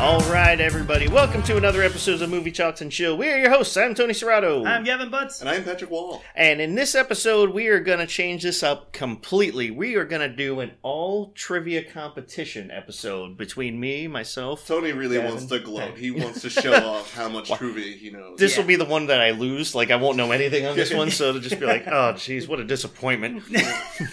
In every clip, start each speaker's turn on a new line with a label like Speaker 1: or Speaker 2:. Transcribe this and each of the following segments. Speaker 1: All right, everybody. Welcome to another episode of Movie Chalks and Chill. We are your hosts. I'm Tony Serrato.
Speaker 2: I'm Gavin Butts.
Speaker 3: And I'm Patrick Wall.
Speaker 1: and in this episode, we are going to change this up completely. We are going to do an all trivia competition episode between me, myself.
Speaker 3: Tony really
Speaker 1: Gavin.
Speaker 3: wants to gloat. He wants to show off how much trivia he knows.
Speaker 1: This
Speaker 2: Yeah.
Speaker 1: will be the one that I lose. Like, I won't know anything on this one, so it'll just be like, oh, jeez, what a disappointment.
Speaker 3: He's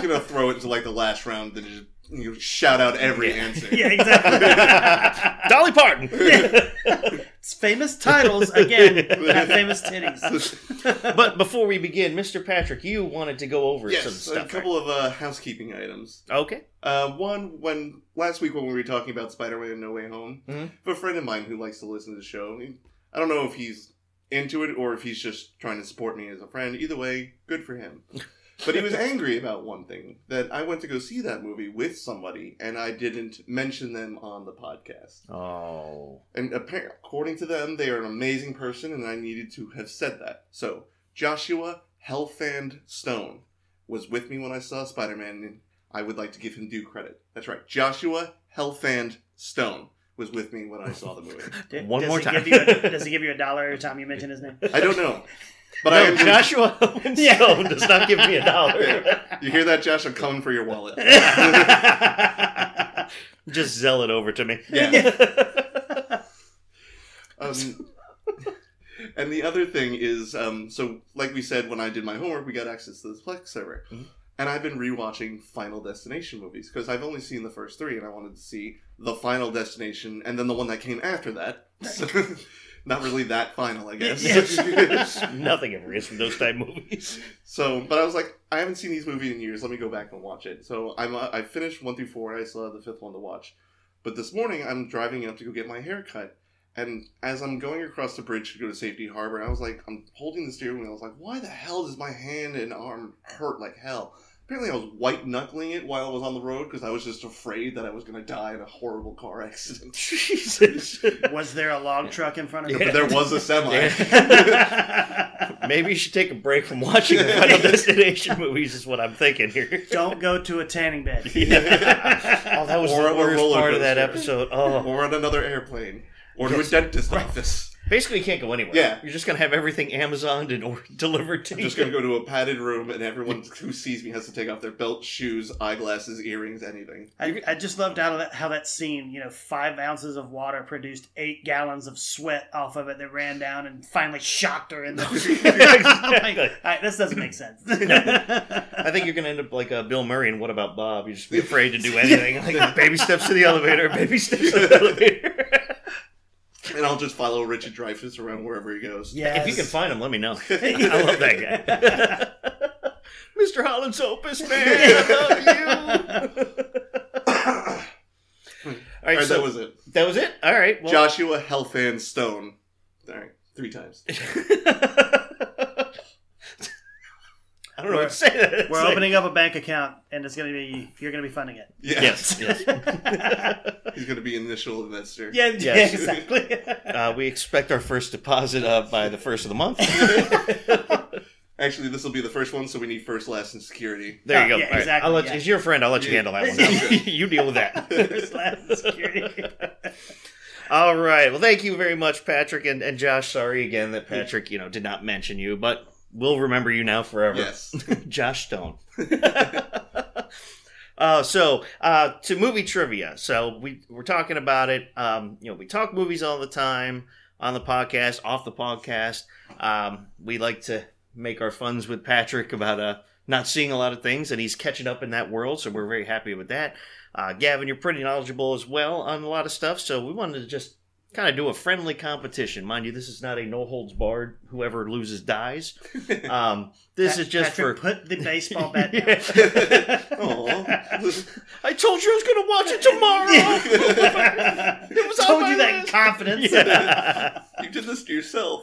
Speaker 3: gonna throw it to like the last round, then just you know, shout out every answer.
Speaker 2: yeah, exactly.
Speaker 1: Dolly Parton!
Speaker 2: it's famous titles again, not famous titties.
Speaker 1: but before we begin, Mr. Patrick, you wanted to go over some
Speaker 3: Yes, a
Speaker 1: stuff.
Speaker 3: couple of uh, housekeeping items.
Speaker 1: right? Okay.
Speaker 3: Uh, one, when last week when we were talking about Spider-Man: No Way Home,
Speaker 1: Mhm.
Speaker 3: a friend of mine who likes to listen to the show. he- I don't know if he's into it or if he's just trying to support me as a friend. Either way, good for him. but he was angry about one thing that I went to go see that movie with somebody and I didn't mention them on the podcast.
Speaker 1: Oh.
Speaker 3: And apparently, according to them, they are an amazing person, and I needed to have said that. So, Joshua Hellfand Stone was with me when I saw Spider Man, and I would like to give him due credit. That's right, Joshua Hellfand Stone was with me when I saw the movie.
Speaker 2: D-
Speaker 1: One
Speaker 2: does
Speaker 1: more
Speaker 2: he
Speaker 1: time.
Speaker 2: give you a- does he give you a dollar every time you mention his name?
Speaker 3: I don't know, but I
Speaker 1: no,
Speaker 3: am.
Speaker 1: Joshua Owen
Speaker 2: Yeah.
Speaker 1: Stone does not give me a dollar.
Speaker 3: Yeah. You hear that, Josh? I'm coming for your wallet.
Speaker 1: Just zell it over to me.
Speaker 3: Um, and the other thing is, um, so like we said, when I did my homework, we got access to this Plex server,
Speaker 1: Mhm.
Speaker 3: and I've been rewatching Final Destination movies because I've only seen the first three, and I wanted to see the Final Destination and then the one that came after that. So, not really that final, I guess.
Speaker 1: Nothing ever is from those type movies.
Speaker 3: so, but I was like, I haven't seen these movies in years. Let me go back and watch it. So I'm uh, I finished one through four, and I still have the fifth one to watch. But this morning, I'm driving up to go get my hair cut. And as I'm going across the bridge to go to Safety Harbor, I was like, I'm holding the steering wheel. I was like, why the hell does my hand and arm hurt like hell? Apparently, I was white knuckling it while I was on the road because I was just afraid that I was going to die in a horrible car accident.
Speaker 1: Jesus.
Speaker 2: Was there a log truck in front of
Speaker 1: Yeah.
Speaker 3: But there was a semi.
Speaker 2: you?
Speaker 1: Maybe you should take a break from watching the Final Destination movies. Is what I'm thinking here.
Speaker 2: Don't go to a tanning bed.
Speaker 1: Oh, that was
Speaker 3: Or
Speaker 1: the
Speaker 3: a
Speaker 1: worst
Speaker 3: roller
Speaker 1: part of that
Speaker 3: coaster.
Speaker 1: episode. Oh,
Speaker 3: or on another airplane. Or to
Speaker 1: Yes.
Speaker 3: a dentist office.
Speaker 1: basically, you can't go anywhere.
Speaker 3: Yeah.
Speaker 1: you're just gonna have everything Amazoned and or delivered to
Speaker 3: I'm
Speaker 1: you.
Speaker 3: just gonna go to a padded room, and everyone who sees me has to take off their belt, shoes, eyeglasses, earrings, anything.
Speaker 2: I, I just loved how that, how that scene, you know, five ounces of water produced eight gallons of sweat off of it that ran down and finally shocked her in the. I'm like, "All right, this doesn't make sense.
Speaker 1: I think you're gonna end up like uh, Bill Murray and What About Bob? You just be afraid to do anything. Like baby steps to the elevator, baby steps to the elevator.
Speaker 3: And I'll just follow Richard Dreyfuss around wherever he goes.
Speaker 2: yes.
Speaker 1: If you can find him, let me know. I love that guy. Mr. Holland's Opus, man, I love you. All
Speaker 3: All
Speaker 1: right,
Speaker 3: right,
Speaker 1: so
Speaker 3: that was it.
Speaker 1: that was it. All right, well,
Speaker 3: Joshua Hellfan Stone. All right, three times.
Speaker 1: I don't know what to say. It's
Speaker 2: We're
Speaker 1: like-
Speaker 2: opening up a bank account, and it's going to be you're going to be funding it.
Speaker 3: Yeah.
Speaker 1: Yes, yes.
Speaker 3: He's gonna be initial investor.
Speaker 2: Yeah,
Speaker 1: Yes.
Speaker 2: exactly.
Speaker 1: Uh, we expect our first deposit uh, by the first of the month.
Speaker 3: Actually, this will be the first one, so we need first, last, and security.
Speaker 1: There you
Speaker 2: Oh,
Speaker 1: go.
Speaker 2: yeah,
Speaker 1: All right.
Speaker 2: exactly,
Speaker 1: I'll let
Speaker 2: yeah.
Speaker 1: It's your friend. I'll let you handle that one.
Speaker 3: Yeah.
Speaker 1: you deal with that.
Speaker 2: First, last, security.
Speaker 1: All right. Well, thank you very much, Patrick and, and Josh. Sorry again that Patrick, you know, did not mention you, but we'll remember you now forever.
Speaker 3: Yes.
Speaker 1: Josh Stone. Uh, so uh, to movie trivia. So we we're talking about it. Um, you know, we talk movies all the time on the podcast, off the podcast. Um, we like to make our funds with Patrick about uh, not seeing a lot of things, and he's catching up in that world. So we're very happy with that. Uh, Gavin, you're pretty knowledgeable as well on a lot of stuff. So we wanted to just kind of do a friendly competition. Mind you, this is not a no holds barred. Whoever loses dies. Um, this
Speaker 2: Pat-
Speaker 1: is just for
Speaker 2: Patrick, put the baseball bat down.
Speaker 3: Aw.
Speaker 1: I told you I was going to watch it tomorrow.
Speaker 2: it
Speaker 1: was on
Speaker 2: Told
Speaker 1: my
Speaker 2: you that in
Speaker 1: list.
Speaker 2: confidence.
Speaker 1: Yeah.
Speaker 3: you did this to yourself.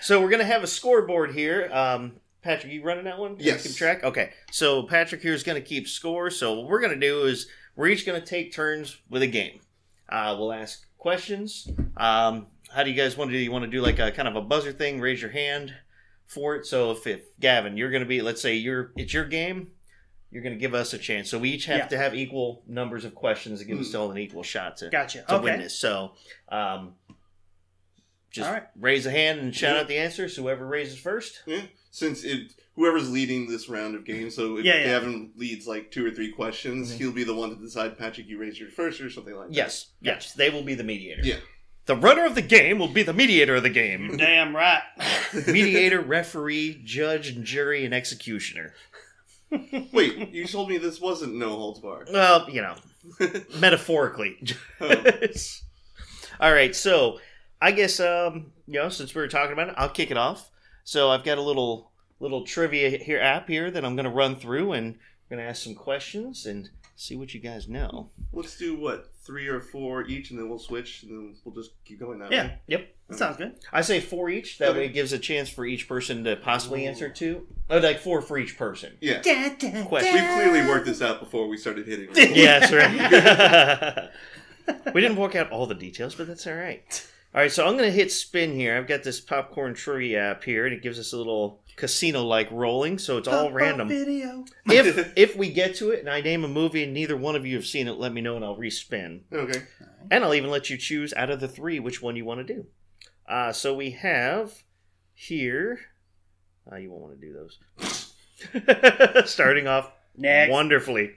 Speaker 1: so we're going to have a scoreboard here. Um, Patrick, you running that one?
Speaker 3: Yes.
Speaker 1: Keep track. Okay. So Patrick here is going to keep score. So what we're going to do is we're each going to take turns with a game. Uh, we'll ask questions. Um, how do you guys want to do? You want to do like a kind of a buzzer thing? Raise your hand for it. So if, if Gavin, you're going to be, let's say you're it's your game. you're going to give us a chance. So we each have
Speaker 2: Yeah.
Speaker 1: to have equal numbers of questions to give us
Speaker 3: Mm.
Speaker 1: all an equal shot to,
Speaker 2: Gotcha.
Speaker 1: to
Speaker 2: okay.
Speaker 1: win this. So um, just
Speaker 2: All right.
Speaker 1: raise a hand and shout
Speaker 3: Yeah.
Speaker 1: out the answers. Whoever raises first.
Speaker 3: Since it whoever's leading this round of games, so if
Speaker 2: Yeah, yeah.
Speaker 3: Gavin leads like two or three questions,
Speaker 1: Mhm.
Speaker 3: he'll be the one to decide. Patrick, you raise your first or something like that.
Speaker 1: Yes, yes, they will be the mediator.
Speaker 3: Yeah.
Speaker 1: The runner of the game will be the mediator of the game.
Speaker 2: Damn right.
Speaker 1: mediator, referee, judge, and jury, and executioner.
Speaker 3: Wait, you told me this wasn't no holds barred.
Speaker 1: Well, you know, metaphorically.
Speaker 3: Oh,
Speaker 1: All right, so I guess um, you know since we were talking about it, I'll kick it off. So I've got a little little trivia here app here that I'm going to run through and I'm going to ask some questions and see what you guys know.
Speaker 3: let's do what three or four each, and then we'll switch, and then we'll just keep going that
Speaker 2: Yeah.
Speaker 3: way.
Speaker 1: Yep,
Speaker 2: That sounds good.
Speaker 1: I say four each. That
Speaker 3: Okay.
Speaker 1: way it gives a chance for each person to possibly
Speaker 3: Ooh.
Speaker 1: answer two. Oh, like four for each person.
Speaker 3: Yeah,
Speaker 1: Question.
Speaker 3: we clearly worked this out before we started hitting. record.
Speaker 1: yeah, that's right. we didn't work out all the details, but that's all right. All right, so I'm going to hit spin here. I've got this popcorn trivia app here, and it gives us a little casino-like rolling, so it's all
Speaker 2: Pop-up
Speaker 1: random.
Speaker 2: Video.
Speaker 1: If if we get to it and I name a movie and neither one of you have seen it, let me know and I'll respin.
Speaker 3: Okay.
Speaker 1: And I'll even let you choose out of the three which one you want to do. Uh, so we have here. Uh, you won't want to do those. Starting off
Speaker 2: Next.
Speaker 1: wonderfully.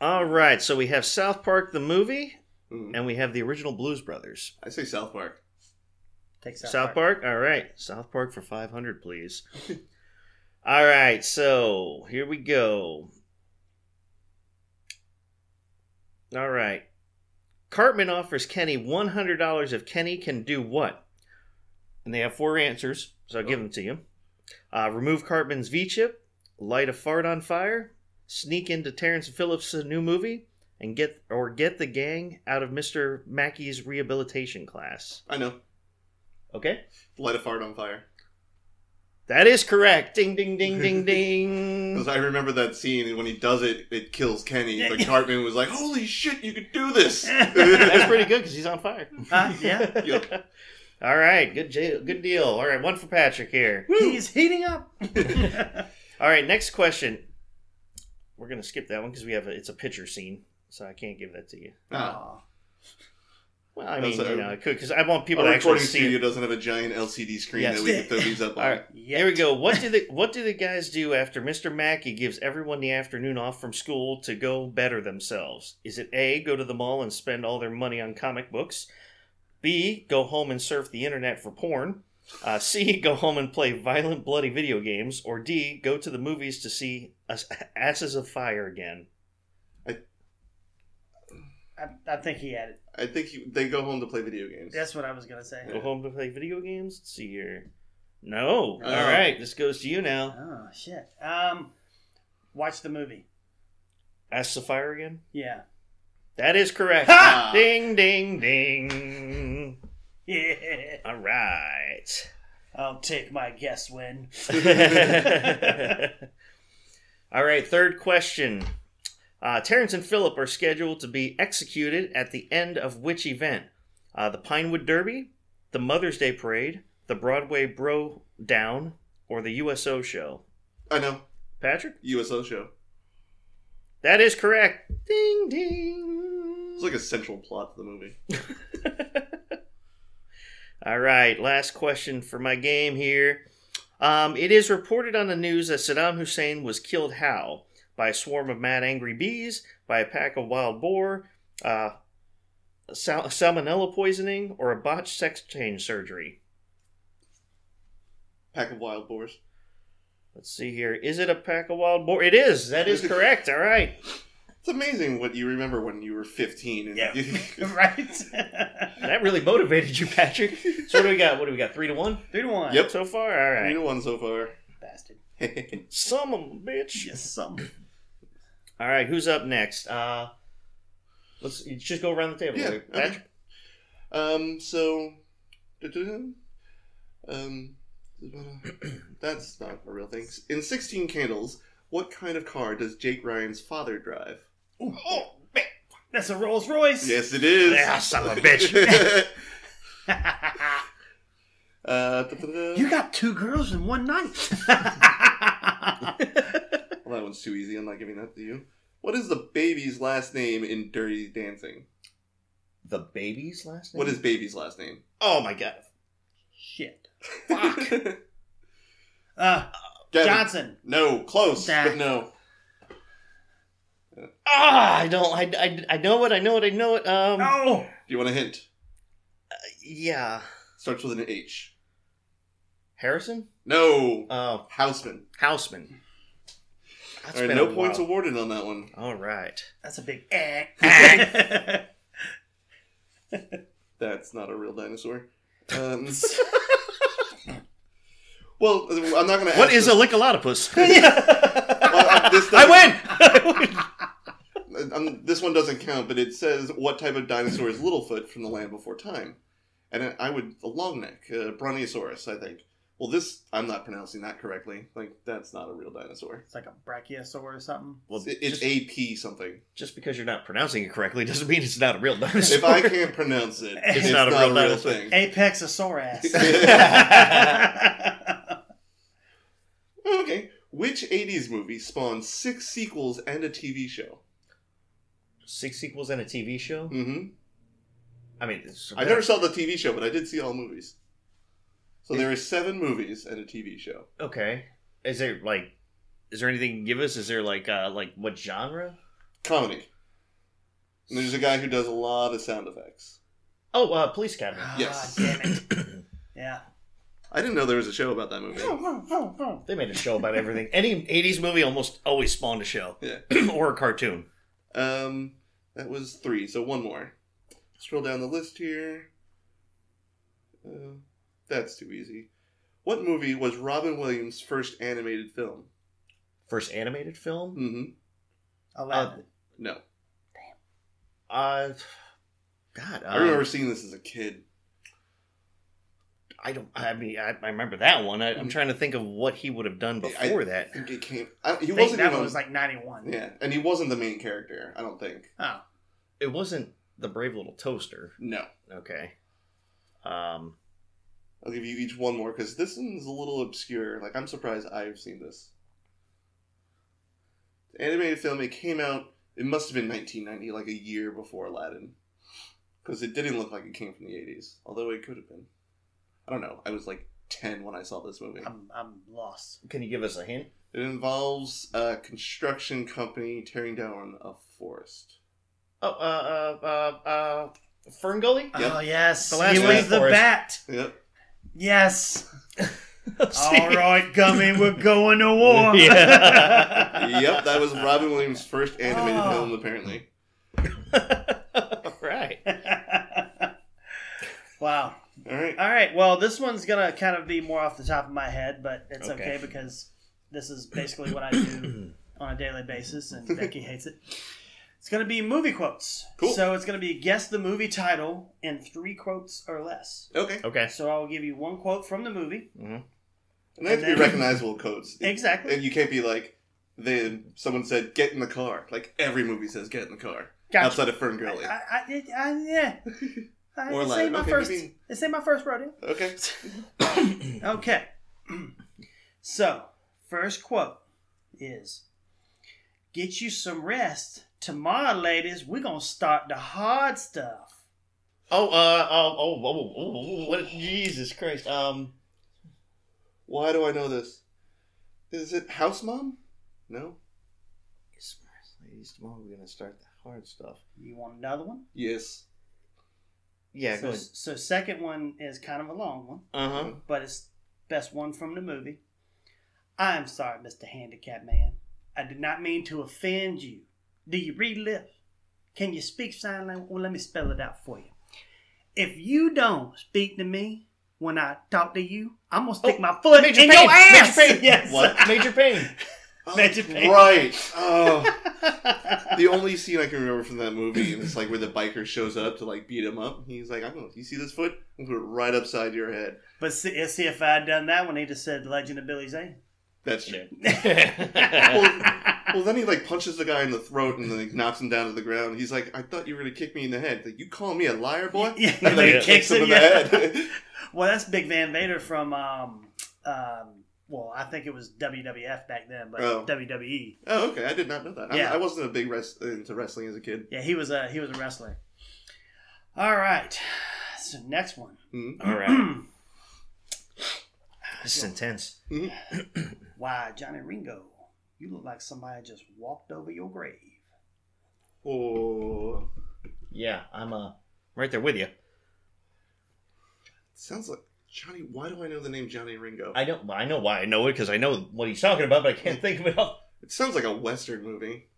Speaker 1: All right, so we have South Park the movie,
Speaker 3: Mm.
Speaker 1: and we have the original Blues Brothers.
Speaker 3: I say South Park.
Speaker 2: Take
Speaker 1: South,
Speaker 2: South, Park.
Speaker 1: Park. All right, South Park for five hundred, please. All right, so here we go. All right, Cartman offers Kenny one hundred dollars if Kenny can do what? And they have four answers, so I'll give them to you. Uh, remove Cartman's V chip, light a fart on fire, sneak into Terrence Phillips' new movie, and get or get the gang out of Mister Mackey's rehabilitation class.
Speaker 3: I know.
Speaker 1: Okay.
Speaker 3: Light a fart on fire.
Speaker 1: That is correct. Ding, ding, ding, ding, ding.
Speaker 3: Because I remember that scene, and when he does it, it kills Kenny.
Speaker 2: Yeah.
Speaker 3: But Cartman was like, "Holy shit, you could do this!"
Speaker 1: That's pretty good because he's on fire.
Speaker 2: Uh, yeah.
Speaker 3: Yep.
Speaker 1: All right, good, j- good deal. All right, one for Patrick here.
Speaker 2: He's heating up.
Speaker 1: All right, next question. We're gonna skip that one because we have a, it's a picture scene, so I can't give that to you.
Speaker 3: Ah,
Speaker 2: Aw.
Speaker 1: Well, I
Speaker 3: That's
Speaker 1: mean,
Speaker 3: a-
Speaker 1: you know, I could because I want people
Speaker 3: Our
Speaker 1: to actually
Speaker 3: recording
Speaker 1: see.
Speaker 3: studio
Speaker 1: It.
Speaker 3: doesn't have a giant LCD screen
Speaker 1: Yes.
Speaker 3: that we can throw these up on.
Speaker 1: All right,
Speaker 2: Yeah.
Speaker 1: here we go. What do the what do the guys do after Mr. Mackey gives everyone the afternoon off from school to go better themselves? Is it A, go to the mall and spend all their money on comic books? B, go home and surf the internet for porn? Uh, C, go home and play violent, bloody video games? Or D, go to the movies to see As- Asses of Fire again?
Speaker 2: I, I think he had it.
Speaker 3: I think you, they go home to play video games.
Speaker 2: That's what I was gonna say.
Speaker 1: Go home to play video games? Let's see here. No.
Speaker 2: No.
Speaker 1: All right, this goes to you now.
Speaker 2: Oh shit. Um, watch the movie.
Speaker 1: Asses of Fire again?
Speaker 2: Yeah.
Speaker 1: That is correct.
Speaker 3: Ah!
Speaker 1: Ding, ding, ding.
Speaker 2: Yeah.
Speaker 1: All right.
Speaker 2: I'll take my guess win.
Speaker 1: All right, third question. Uh, Terrence and Philip are scheduled to be executed at the end of which event? Uh, the Pinewood Derby, the Mother's Day Parade, the Broadway Bro Down, or the USO show?
Speaker 3: I know.
Speaker 1: Patrick?
Speaker 3: USO show.
Speaker 1: That is correct. Ding, ding.
Speaker 3: It's like a central plot to the movie.
Speaker 1: All right, last question for my game here. Um, it is reported on the news that Saddam Hussein was killed how? By a swarm of mad angry bees, by a pack of wild boar, uh, sal- salmonella poisoning, or a botched sex change surgery?
Speaker 3: Pack of wild boars.
Speaker 1: Let's see here. Is it a pack of wild boar? It is. That is correct. All right.
Speaker 3: It's amazing what you remember when you were 15. And
Speaker 2: Yeah.
Speaker 3: you-
Speaker 2: right.
Speaker 1: That really motivated you, Patrick. So what do we got? What do we got? Three to one
Speaker 2: Three to one.
Speaker 3: Yep.
Speaker 1: so far. All
Speaker 3: you
Speaker 1: right.
Speaker 3: know one so far.
Speaker 2: Bastard.
Speaker 1: Some of 'em, bitch.
Speaker 2: Yes, some.
Speaker 1: All right, who's up next? Uh, let's you just go around the table.
Speaker 3: Yeah,
Speaker 1: Like,
Speaker 3: okay.
Speaker 1: Patrick,
Speaker 3: Um, so, um, that's not a real thing. In 16 Candles, what kind of car does Jake Ryan's father drive?
Speaker 2: Oh, man. That's a Rolls Royce.
Speaker 3: Yes, it is.
Speaker 1: Yeah, son of a Ah, bitch.
Speaker 3: uh, da-da-da. Uh,
Speaker 2: you got two girls in one night.
Speaker 3: Well, that one's too easy. I'm not giving that to you. What is the baby's last name in Dirty Dancing?
Speaker 1: the baby's last name?
Speaker 3: What is baby's last name?
Speaker 1: Oh my god.
Speaker 2: Shit.
Speaker 1: Fuck.
Speaker 2: Uh,
Speaker 3: Gavin.
Speaker 2: Johnson.
Speaker 3: No, close,
Speaker 2: Nah.
Speaker 3: but no.
Speaker 1: Ah, I don't. I, I, I know it. I know it. I know it. Um.
Speaker 2: No.
Speaker 3: Do you want a hint?
Speaker 1: Yeah.
Speaker 3: Starts with an H.
Speaker 1: Harrison.
Speaker 3: No.
Speaker 1: Oh,
Speaker 3: Houseman.
Speaker 1: Houseman. That's
Speaker 3: All right,
Speaker 1: been
Speaker 3: no
Speaker 1: a
Speaker 3: points
Speaker 1: while.
Speaker 3: awarded on that one.
Speaker 1: All right.
Speaker 2: That's a big eh.
Speaker 3: That's not a real dinosaur. Um, well, I'm not going to.
Speaker 1: What is a lickalotopus?
Speaker 3: this
Speaker 1: I win. I win.
Speaker 3: win. Um, this one doesn't count, but it says what type of dinosaur is Littlefoot from the Land Before Time, and I- I would a long neck, uh, Brontosaurus, I think. Well, this I'm not pronouncing that correctly. Like that's not a real dinosaur.
Speaker 2: it's like a brachiosaur or something.
Speaker 1: Well,
Speaker 3: It- It's
Speaker 1: just,
Speaker 3: AP something.
Speaker 1: just because you're not pronouncing it correctly doesn't mean it's not a real
Speaker 3: If
Speaker 1: dinosaur.
Speaker 3: I can't pronounce it, it's, not, a real,
Speaker 1: dinosaur.
Speaker 3: thing.
Speaker 2: Apexosaurus. Ah,
Speaker 3: Okay. Which 80s movie spawned six sequels and a TV show?
Speaker 1: Six sequels and a TV show.
Speaker 3: Mm-hmm.
Speaker 1: I mean, it's,
Speaker 3: I never saw the TV show, but I did see all movies. So there are seven movies and a TV show.
Speaker 1: Okay. Is there like, is there anything you can give us? Is there like, uh, like what genre?
Speaker 3: Comedy. And there's a guy who does a lot of sound effects.
Speaker 1: Oh, uh, Police Academy.
Speaker 2: Ah,
Speaker 3: Yes.
Speaker 2: damn it. Yeah. Oh,
Speaker 3: I didn't know there was a show about that movie.
Speaker 1: They made a show about everything. Any 80s movie almost always spawned a show.
Speaker 3: Yeah.
Speaker 1: or a cartoon.
Speaker 3: Um, that was three, so one more. Scroll down the list here. Uh, that's too easy. What movie was Robin Williams' first animated film?
Speaker 1: First animated film?
Speaker 3: Mm-hmm.
Speaker 2: Aladdin.
Speaker 3: No.
Speaker 1: Uh, God,
Speaker 2: Um,
Speaker 1: um,
Speaker 3: I remember seeing this as a kid.
Speaker 1: I don't. I mean, I, I remember that one. I, I'm trying to think of what he would have done
Speaker 3: I-
Speaker 1: before that.
Speaker 3: I think it came.
Speaker 2: I
Speaker 3: I, he
Speaker 2: think
Speaker 3: wasn't
Speaker 2: that
Speaker 3: even.
Speaker 2: one was like 91.
Speaker 3: yeah, and he wasn't the main character. I don't think.
Speaker 2: Oh.
Speaker 1: It wasn't the Brave Little Toaster.
Speaker 3: No,
Speaker 1: Okay. Um.
Speaker 3: I'll give you each one more because this one's a little obscure. Like I'm surprised I've seen this The animated film. It came out. It must have been 1990, like a year before Aladdin, because it didn't look like it came from the 80s. Although it could have been. I don't know. I was like 10 when I saw this movie.
Speaker 2: I'm, I'm lost.
Speaker 1: Can you give us a hint?
Speaker 3: It involves a construction company tearing down a forest.
Speaker 1: Oh, uh, uh, uh, uh Fern Gully.
Speaker 3: Yep.
Speaker 2: Oh, yes.
Speaker 1: The last
Speaker 2: he
Speaker 3: one
Speaker 2: was
Speaker 1: for
Speaker 2: the
Speaker 1: us.
Speaker 2: bat.
Speaker 3: Yep.
Speaker 2: Yes. All right, Gummy, we're going to war.
Speaker 1: Yeah.
Speaker 3: yep, that was Robin Williams' first animated
Speaker 2: Oh.
Speaker 3: film, apparently.
Speaker 1: All right.
Speaker 2: wow.
Speaker 3: All right.
Speaker 2: All right. Well, this one's gonna kind of be more off the top of my head, but it's okay,
Speaker 1: Okay.
Speaker 2: because this is basically what I do on a daily basis, and Becky hates it. It's gonna be movie quotes.
Speaker 3: Cool.
Speaker 2: So it's gonna be guess the movie title in three quotes or less.
Speaker 3: Okay.
Speaker 1: Okay.
Speaker 2: So I'll give you one quote from the movie.
Speaker 3: And they have
Speaker 2: And
Speaker 3: to be
Speaker 2: then-
Speaker 3: recognizable codes.
Speaker 2: Exactly.
Speaker 3: And you can't be like, then someone said, get in the car. Like, every movie says, get in the car.
Speaker 2: Gotcha.
Speaker 3: Outside of Fern
Speaker 2: I,
Speaker 3: Gully.
Speaker 2: I, I, I, yeah. I,
Speaker 3: Or
Speaker 2: this
Speaker 3: like,
Speaker 2: ain't my
Speaker 3: okay,
Speaker 2: first.
Speaker 3: maybe-
Speaker 2: This ain't my first rodeo.
Speaker 3: Okay.
Speaker 2: Okay. so, first quote is Get you some rest. Tomorrow, ladies, we're going to start the hard stuff.
Speaker 1: Oh, uh, oh, oh, oh, oh, oh, what? Jesus Christ. Um,
Speaker 3: Why do I know this? Is it House Mom? No?
Speaker 1: ladies, tomorrow we're gonna start the hard stuff.
Speaker 2: You want another one?
Speaker 3: Yes.
Speaker 1: Yeah,
Speaker 2: so, so, second one is kind of a long one,
Speaker 1: Uh huh.
Speaker 2: but it's best one from the movie. I'm sorry, Mr. Handicap Man. I did not mean to offend you. Do you read lips? Can you speak sign language? Well, let me spell it out for you. If you don't speak to me when I talk to you, I'm gonna stick
Speaker 1: Oh,
Speaker 2: my foot
Speaker 1: Major
Speaker 2: in
Speaker 1: Payne,
Speaker 2: your ass.
Speaker 1: Major Payne.
Speaker 2: Yes.
Speaker 1: What? Major Pain.
Speaker 2: Magic Paint.
Speaker 3: Oh, Right. Oh. the only scene I can remember from that movie is like where the biker shows up to like beat him up. He's like, I'm gonna, you see this foot? I'm gonna put it right upside your head.
Speaker 2: But see, see, if I had done that one, he'd have said "Legend of Billy Zane."
Speaker 3: That's true.
Speaker 1: Yeah.
Speaker 3: Well, then he like punches the guy in the throat and then like, knocks him down to the ground. He's like, "I thought you were gonna kick me in the head." Like, you call me a liar, boy?
Speaker 2: Yeah, like
Speaker 3: And then
Speaker 1: Yeah.
Speaker 2: kicks him.
Speaker 3: in
Speaker 2: yeah.
Speaker 3: the head.
Speaker 2: Well, that's Big Van Vader from um, um, Well, I think it was WWF back then, but E.
Speaker 3: Oh.
Speaker 2: WWE.
Speaker 3: Oh, okay. I did not know that.
Speaker 2: Yeah.
Speaker 3: I, I wasn't a big res- into wrestling as a kid.
Speaker 2: Yeah, he was a he was a wrestler. All right. So next one.
Speaker 3: Mhm.
Speaker 1: All right. This is intense.
Speaker 2: Why, Johnny Ringo, you look like somebody just walked over your grave.
Speaker 3: Oh,
Speaker 1: Yeah, I'm uh, right there with you.
Speaker 3: sounds like Johnny. Why do I know the name Johnny Ringo?
Speaker 1: I don't. I know why I know it because I know what he's talking about, but I can't think of it. All.
Speaker 3: it sounds like a western movie.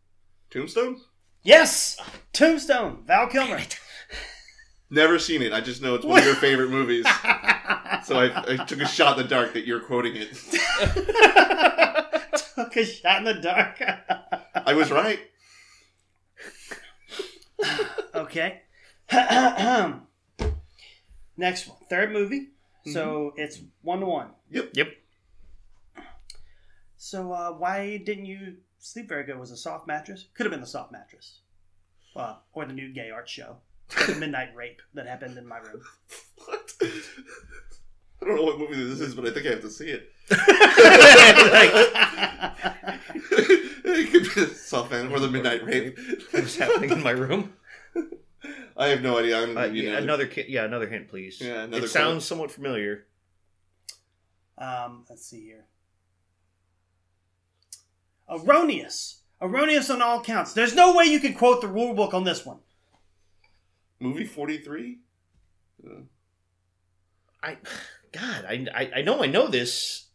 Speaker 3: Tombstone?
Speaker 2: Yes, Tombstone, Val Kilmer.
Speaker 3: Never seen it. I just know it's one of your favorite movies. So I, I took a shot in the dark that you're quoting it.
Speaker 2: Took a shot in the dark.
Speaker 3: I was right.
Speaker 2: okay. Next one, third movie. So
Speaker 1: Mm-hmm.
Speaker 2: it's one to one.
Speaker 1: Yep.
Speaker 2: So uh, why didn't you sleep very good? Was it a soft mattress? Could have been the soft mattress, uh, or the new gay art show, Or the midnight rape that happened in my room.
Speaker 3: What? I don't know what movie this is, but I think I have to see it.
Speaker 1: Like,
Speaker 3: it could be the soft man or the midnight rape.
Speaker 1: it was happening in my room.
Speaker 3: I have no idea. I'm
Speaker 1: Uh,
Speaker 3: you
Speaker 1: yeah,
Speaker 3: know,
Speaker 1: another kid. Yeah, another hint, please.
Speaker 3: Yeah,
Speaker 1: it
Speaker 3: another
Speaker 1: sounds somewhat familiar.
Speaker 2: Um, let's see here. Erroneous. Erroneous on all counts. There's no way you can quote the rule book on this one.
Speaker 3: movie forty three.
Speaker 1: I, God, I, I, I know I know this.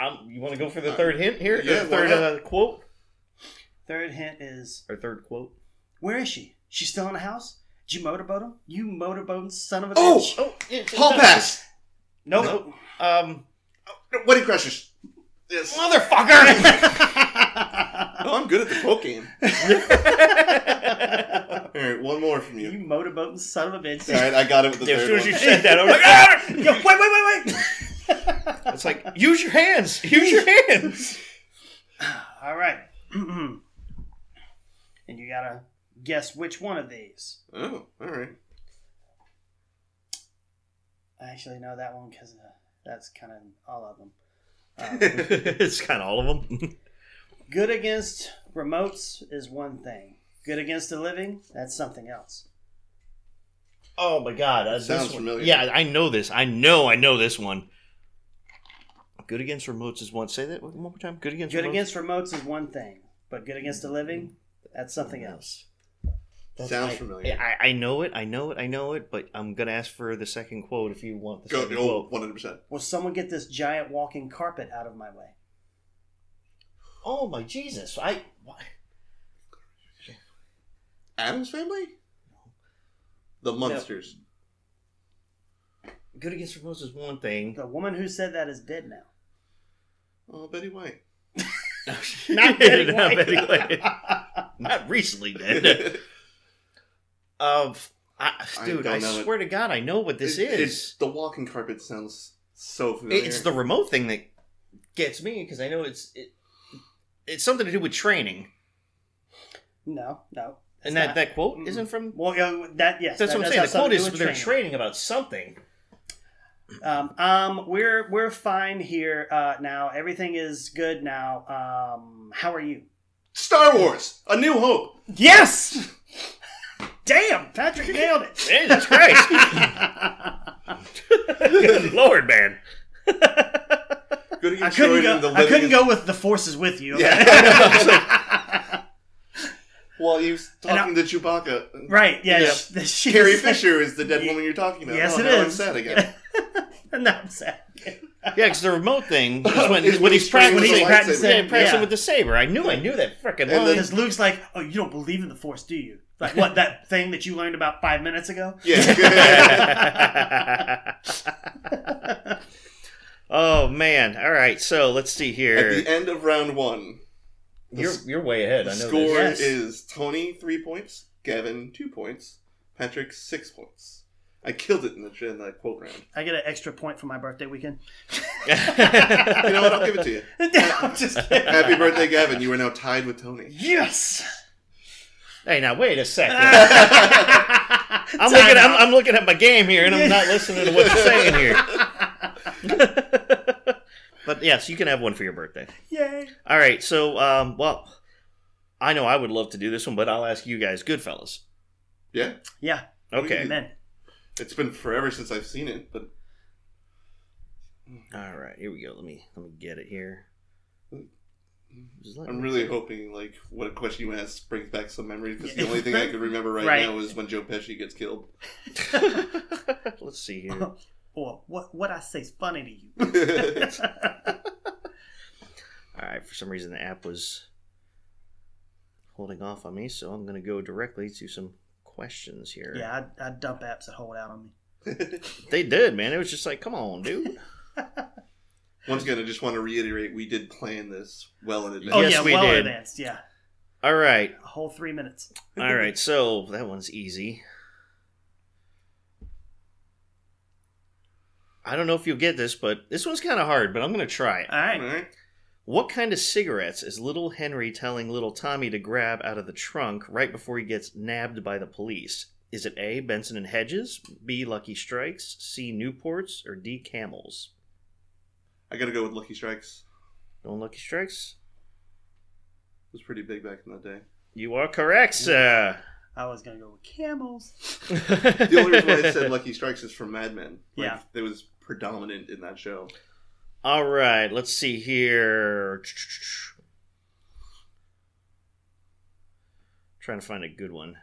Speaker 1: Um, you want to go for the third hint here?
Speaker 3: Yeah,
Speaker 1: Or
Speaker 3: why
Speaker 1: third
Speaker 3: not?
Speaker 1: uh, quote
Speaker 2: Third hint is
Speaker 1: or third quote?
Speaker 2: where is she? She's still in the house? Did you motorboat him? You motorboating son of a
Speaker 3: Oh!
Speaker 2: bitch.
Speaker 1: Oh, it's
Speaker 3: Hall pass.
Speaker 2: Nope.
Speaker 1: no. Um,
Speaker 3: Wedding crashes. Yes.
Speaker 1: motherfucker.
Speaker 3: Oh, I'm good at the quote game. All right, one more from
Speaker 2: you
Speaker 3: you.
Speaker 2: motorboating son of a bitch.
Speaker 3: All right, I got it with the
Speaker 1: as
Speaker 3: third
Speaker 1: soon
Speaker 3: one.
Speaker 1: as you said that, I was like, ah!
Speaker 2: Yo, wait, wait, wait, wait.
Speaker 1: It's like use your hands. Use your hands.
Speaker 2: All right. and you gotta guess which one of these.
Speaker 3: Oh, all right.
Speaker 2: I actually know that one because uh, that's kind of all of them. Uh,
Speaker 1: it's kind of all of them.
Speaker 2: good against remotes is one thing. Good against the living, that's something else.
Speaker 1: Oh my god, uh,
Speaker 3: Sounds
Speaker 1: this one-
Speaker 3: familiar.
Speaker 1: Yeah, I know this. I know. I know this one. Good against remotes is one. Say that one more time. Good against
Speaker 2: Good
Speaker 1: remotes.
Speaker 2: against remotes is one thing, but good against the living, that's something else.
Speaker 3: Sounds
Speaker 1: I-
Speaker 3: familiar.
Speaker 1: I, I know it. I know it. I know it. But I'm gonna ask for the second quote if you want the
Speaker 3: Go,
Speaker 1: second
Speaker 3: oh,
Speaker 1: quote.
Speaker 3: 100%.
Speaker 2: Will someone get this giant walking carpet out of my way?
Speaker 1: Oh my Jesus! I why-
Speaker 3: Adam's Family? The Munsters.
Speaker 1: good against remotes is one thing.
Speaker 2: The woman who said that is dead now.
Speaker 3: Oh, Betty White.
Speaker 1: Not
Speaker 2: Betty
Speaker 1: Not
Speaker 2: White.
Speaker 1: Betty White. Not recently dead. Of I,
Speaker 3: I
Speaker 1: dude,
Speaker 3: don't
Speaker 1: I,
Speaker 3: know it.
Speaker 1: swear to God, I know what this
Speaker 3: It-
Speaker 1: is.
Speaker 3: it's- the walking carpet sounds so familiar.
Speaker 1: it's the remote thing that gets me because I know it's it, it's something to do with training.
Speaker 2: No, no.
Speaker 1: And
Speaker 2: it's
Speaker 1: that,
Speaker 2: not.
Speaker 1: that quote
Speaker 2: Mm-mm.
Speaker 1: isn't from.
Speaker 2: Well, yeah, that yes.
Speaker 1: That's
Speaker 2: that
Speaker 1: what I'm
Speaker 2: does
Speaker 1: saying. The quote
Speaker 2: have something to
Speaker 1: is
Speaker 2: do with
Speaker 1: they're training about something.
Speaker 2: Um, um, we're we're fine here uh, now. Everything is good now. Um, how are you?
Speaker 3: Star Wars! A New Hope!
Speaker 2: Yes. Damn, Patrick nailed it.
Speaker 1: Jesus Christ! Good Lord, man.
Speaker 3: Good against
Speaker 2: I couldn't
Speaker 3: Droid
Speaker 2: go.
Speaker 3: and the
Speaker 2: I couldn't
Speaker 3: Living-
Speaker 2: go with the forces with you.
Speaker 3: Yeah. While he was talking to Chewbacca.
Speaker 2: right. Yeah.
Speaker 1: Yeah.
Speaker 2: sh- she
Speaker 3: Carrie
Speaker 2: just said-
Speaker 3: Fisher is the dead woman you're talking about.
Speaker 2: Yes,
Speaker 3: oh,
Speaker 2: it
Speaker 3: now I'm
Speaker 2: is.
Speaker 3: sad again.
Speaker 2: No, I'm sad.
Speaker 1: Yeah, because the remote thing is when,
Speaker 3: Is
Speaker 1: when,
Speaker 3: when
Speaker 1: he's
Speaker 3: he's training
Speaker 1: practicing,
Speaker 2: with the lightsaber.
Speaker 1: yeah, practicing
Speaker 2: Yeah.
Speaker 1: with the saber. I knew, I knew that freaking
Speaker 3: And
Speaker 1: line.
Speaker 2: Because Luke's like, "Oh, you don't believe in the force, do you? Like what? That thing that you learned about five minutes ago?
Speaker 3: Yeah.
Speaker 1: oh man! All right, so let's see
Speaker 3: At
Speaker 1: here.
Speaker 3: the end of round one, the
Speaker 1: You're
Speaker 3: s-
Speaker 1: you're way ahead.
Speaker 3: the
Speaker 1: I know
Speaker 3: score
Speaker 1: this.
Speaker 2: Yes.
Speaker 3: is Tony three points, Gavin two points, Patrick six points. I killed it in the, in the quote round.
Speaker 2: I get an extra point for my birthday weekend."
Speaker 3: You know what? I'll give it to you.
Speaker 2: I'm just kidding.
Speaker 3: Happy birthday, Gavin. You are now tied with Tony.
Speaker 2: Yes.
Speaker 1: Hey, now wait a second. I'm looking. I'm, I'm looking at my game here, and I'm not listening to what you're saying here. but yes, you can have one for your birthday.
Speaker 2: Yay!
Speaker 1: All right. So, um, well, I know I would love to do this one, but I'll ask you guys. Goodfellas.
Speaker 3: Yeah,
Speaker 2: Yeah,
Speaker 1: Okay.
Speaker 2: amen.
Speaker 3: it's been forever since I've seen it, but
Speaker 1: All right. Here we go. Let me let me get it here. Just let
Speaker 3: I'm
Speaker 1: me-
Speaker 3: really hoping like what a question you asked brings back some memories because the
Speaker 2: Yeah.
Speaker 3: only thing I can remember right,
Speaker 2: Right.
Speaker 3: now is when Joe Pesci gets killed.
Speaker 1: Let's see here.
Speaker 2: Or what? What I say's funny to you.
Speaker 3: That's
Speaker 1: All right. For some reason, the app was holding off on me, so I'm going to go directly to some questions here.
Speaker 2: yeah, I, I dump apps that hold out on me.
Speaker 1: They did, man. It was just like, come on, dude.
Speaker 3: Once again, I just want to reiterate we did plan this well in advance.
Speaker 2: Oh
Speaker 1: Yes,
Speaker 2: yeah,
Speaker 1: we
Speaker 2: well
Speaker 1: did.
Speaker 2: advanced. Yeah,
Speaker 1: All right.
Speaker 2: a whole three minutes.
Speaker 1: All right. So that one's easy. I don't know if you'll get this, but this one's kind of hard, but I'm going to try it.
Speaker 2: All
Speaker 3: All
Speaker 2: right.
Speaker 3: right.
Speaker 1: What kind of cigarettes is little Henry telling little Tommy to grab out of the trunk right before he gets nabbed by the police? Is it A, Benson and Hedges, B, Lucky Strikes, C, Newports, or D, Camels?
Speaker 3: I got to go with Lucky Strikes.
Speaker 1: Going Lucky Strikes?
Speaker 3: It was pretty big back in the day.
Speaker 1: You are correct, sir.
Speaker 2: I was gonna go with camels.
Speaker 3: The only reason why I said Lucky Strikes is from Mad Men. Like,
Speaker 2: Yeah.
Speaker 3: It was predominant in that show.
Speaker 1: All right, let's see here. Trying to find a good one.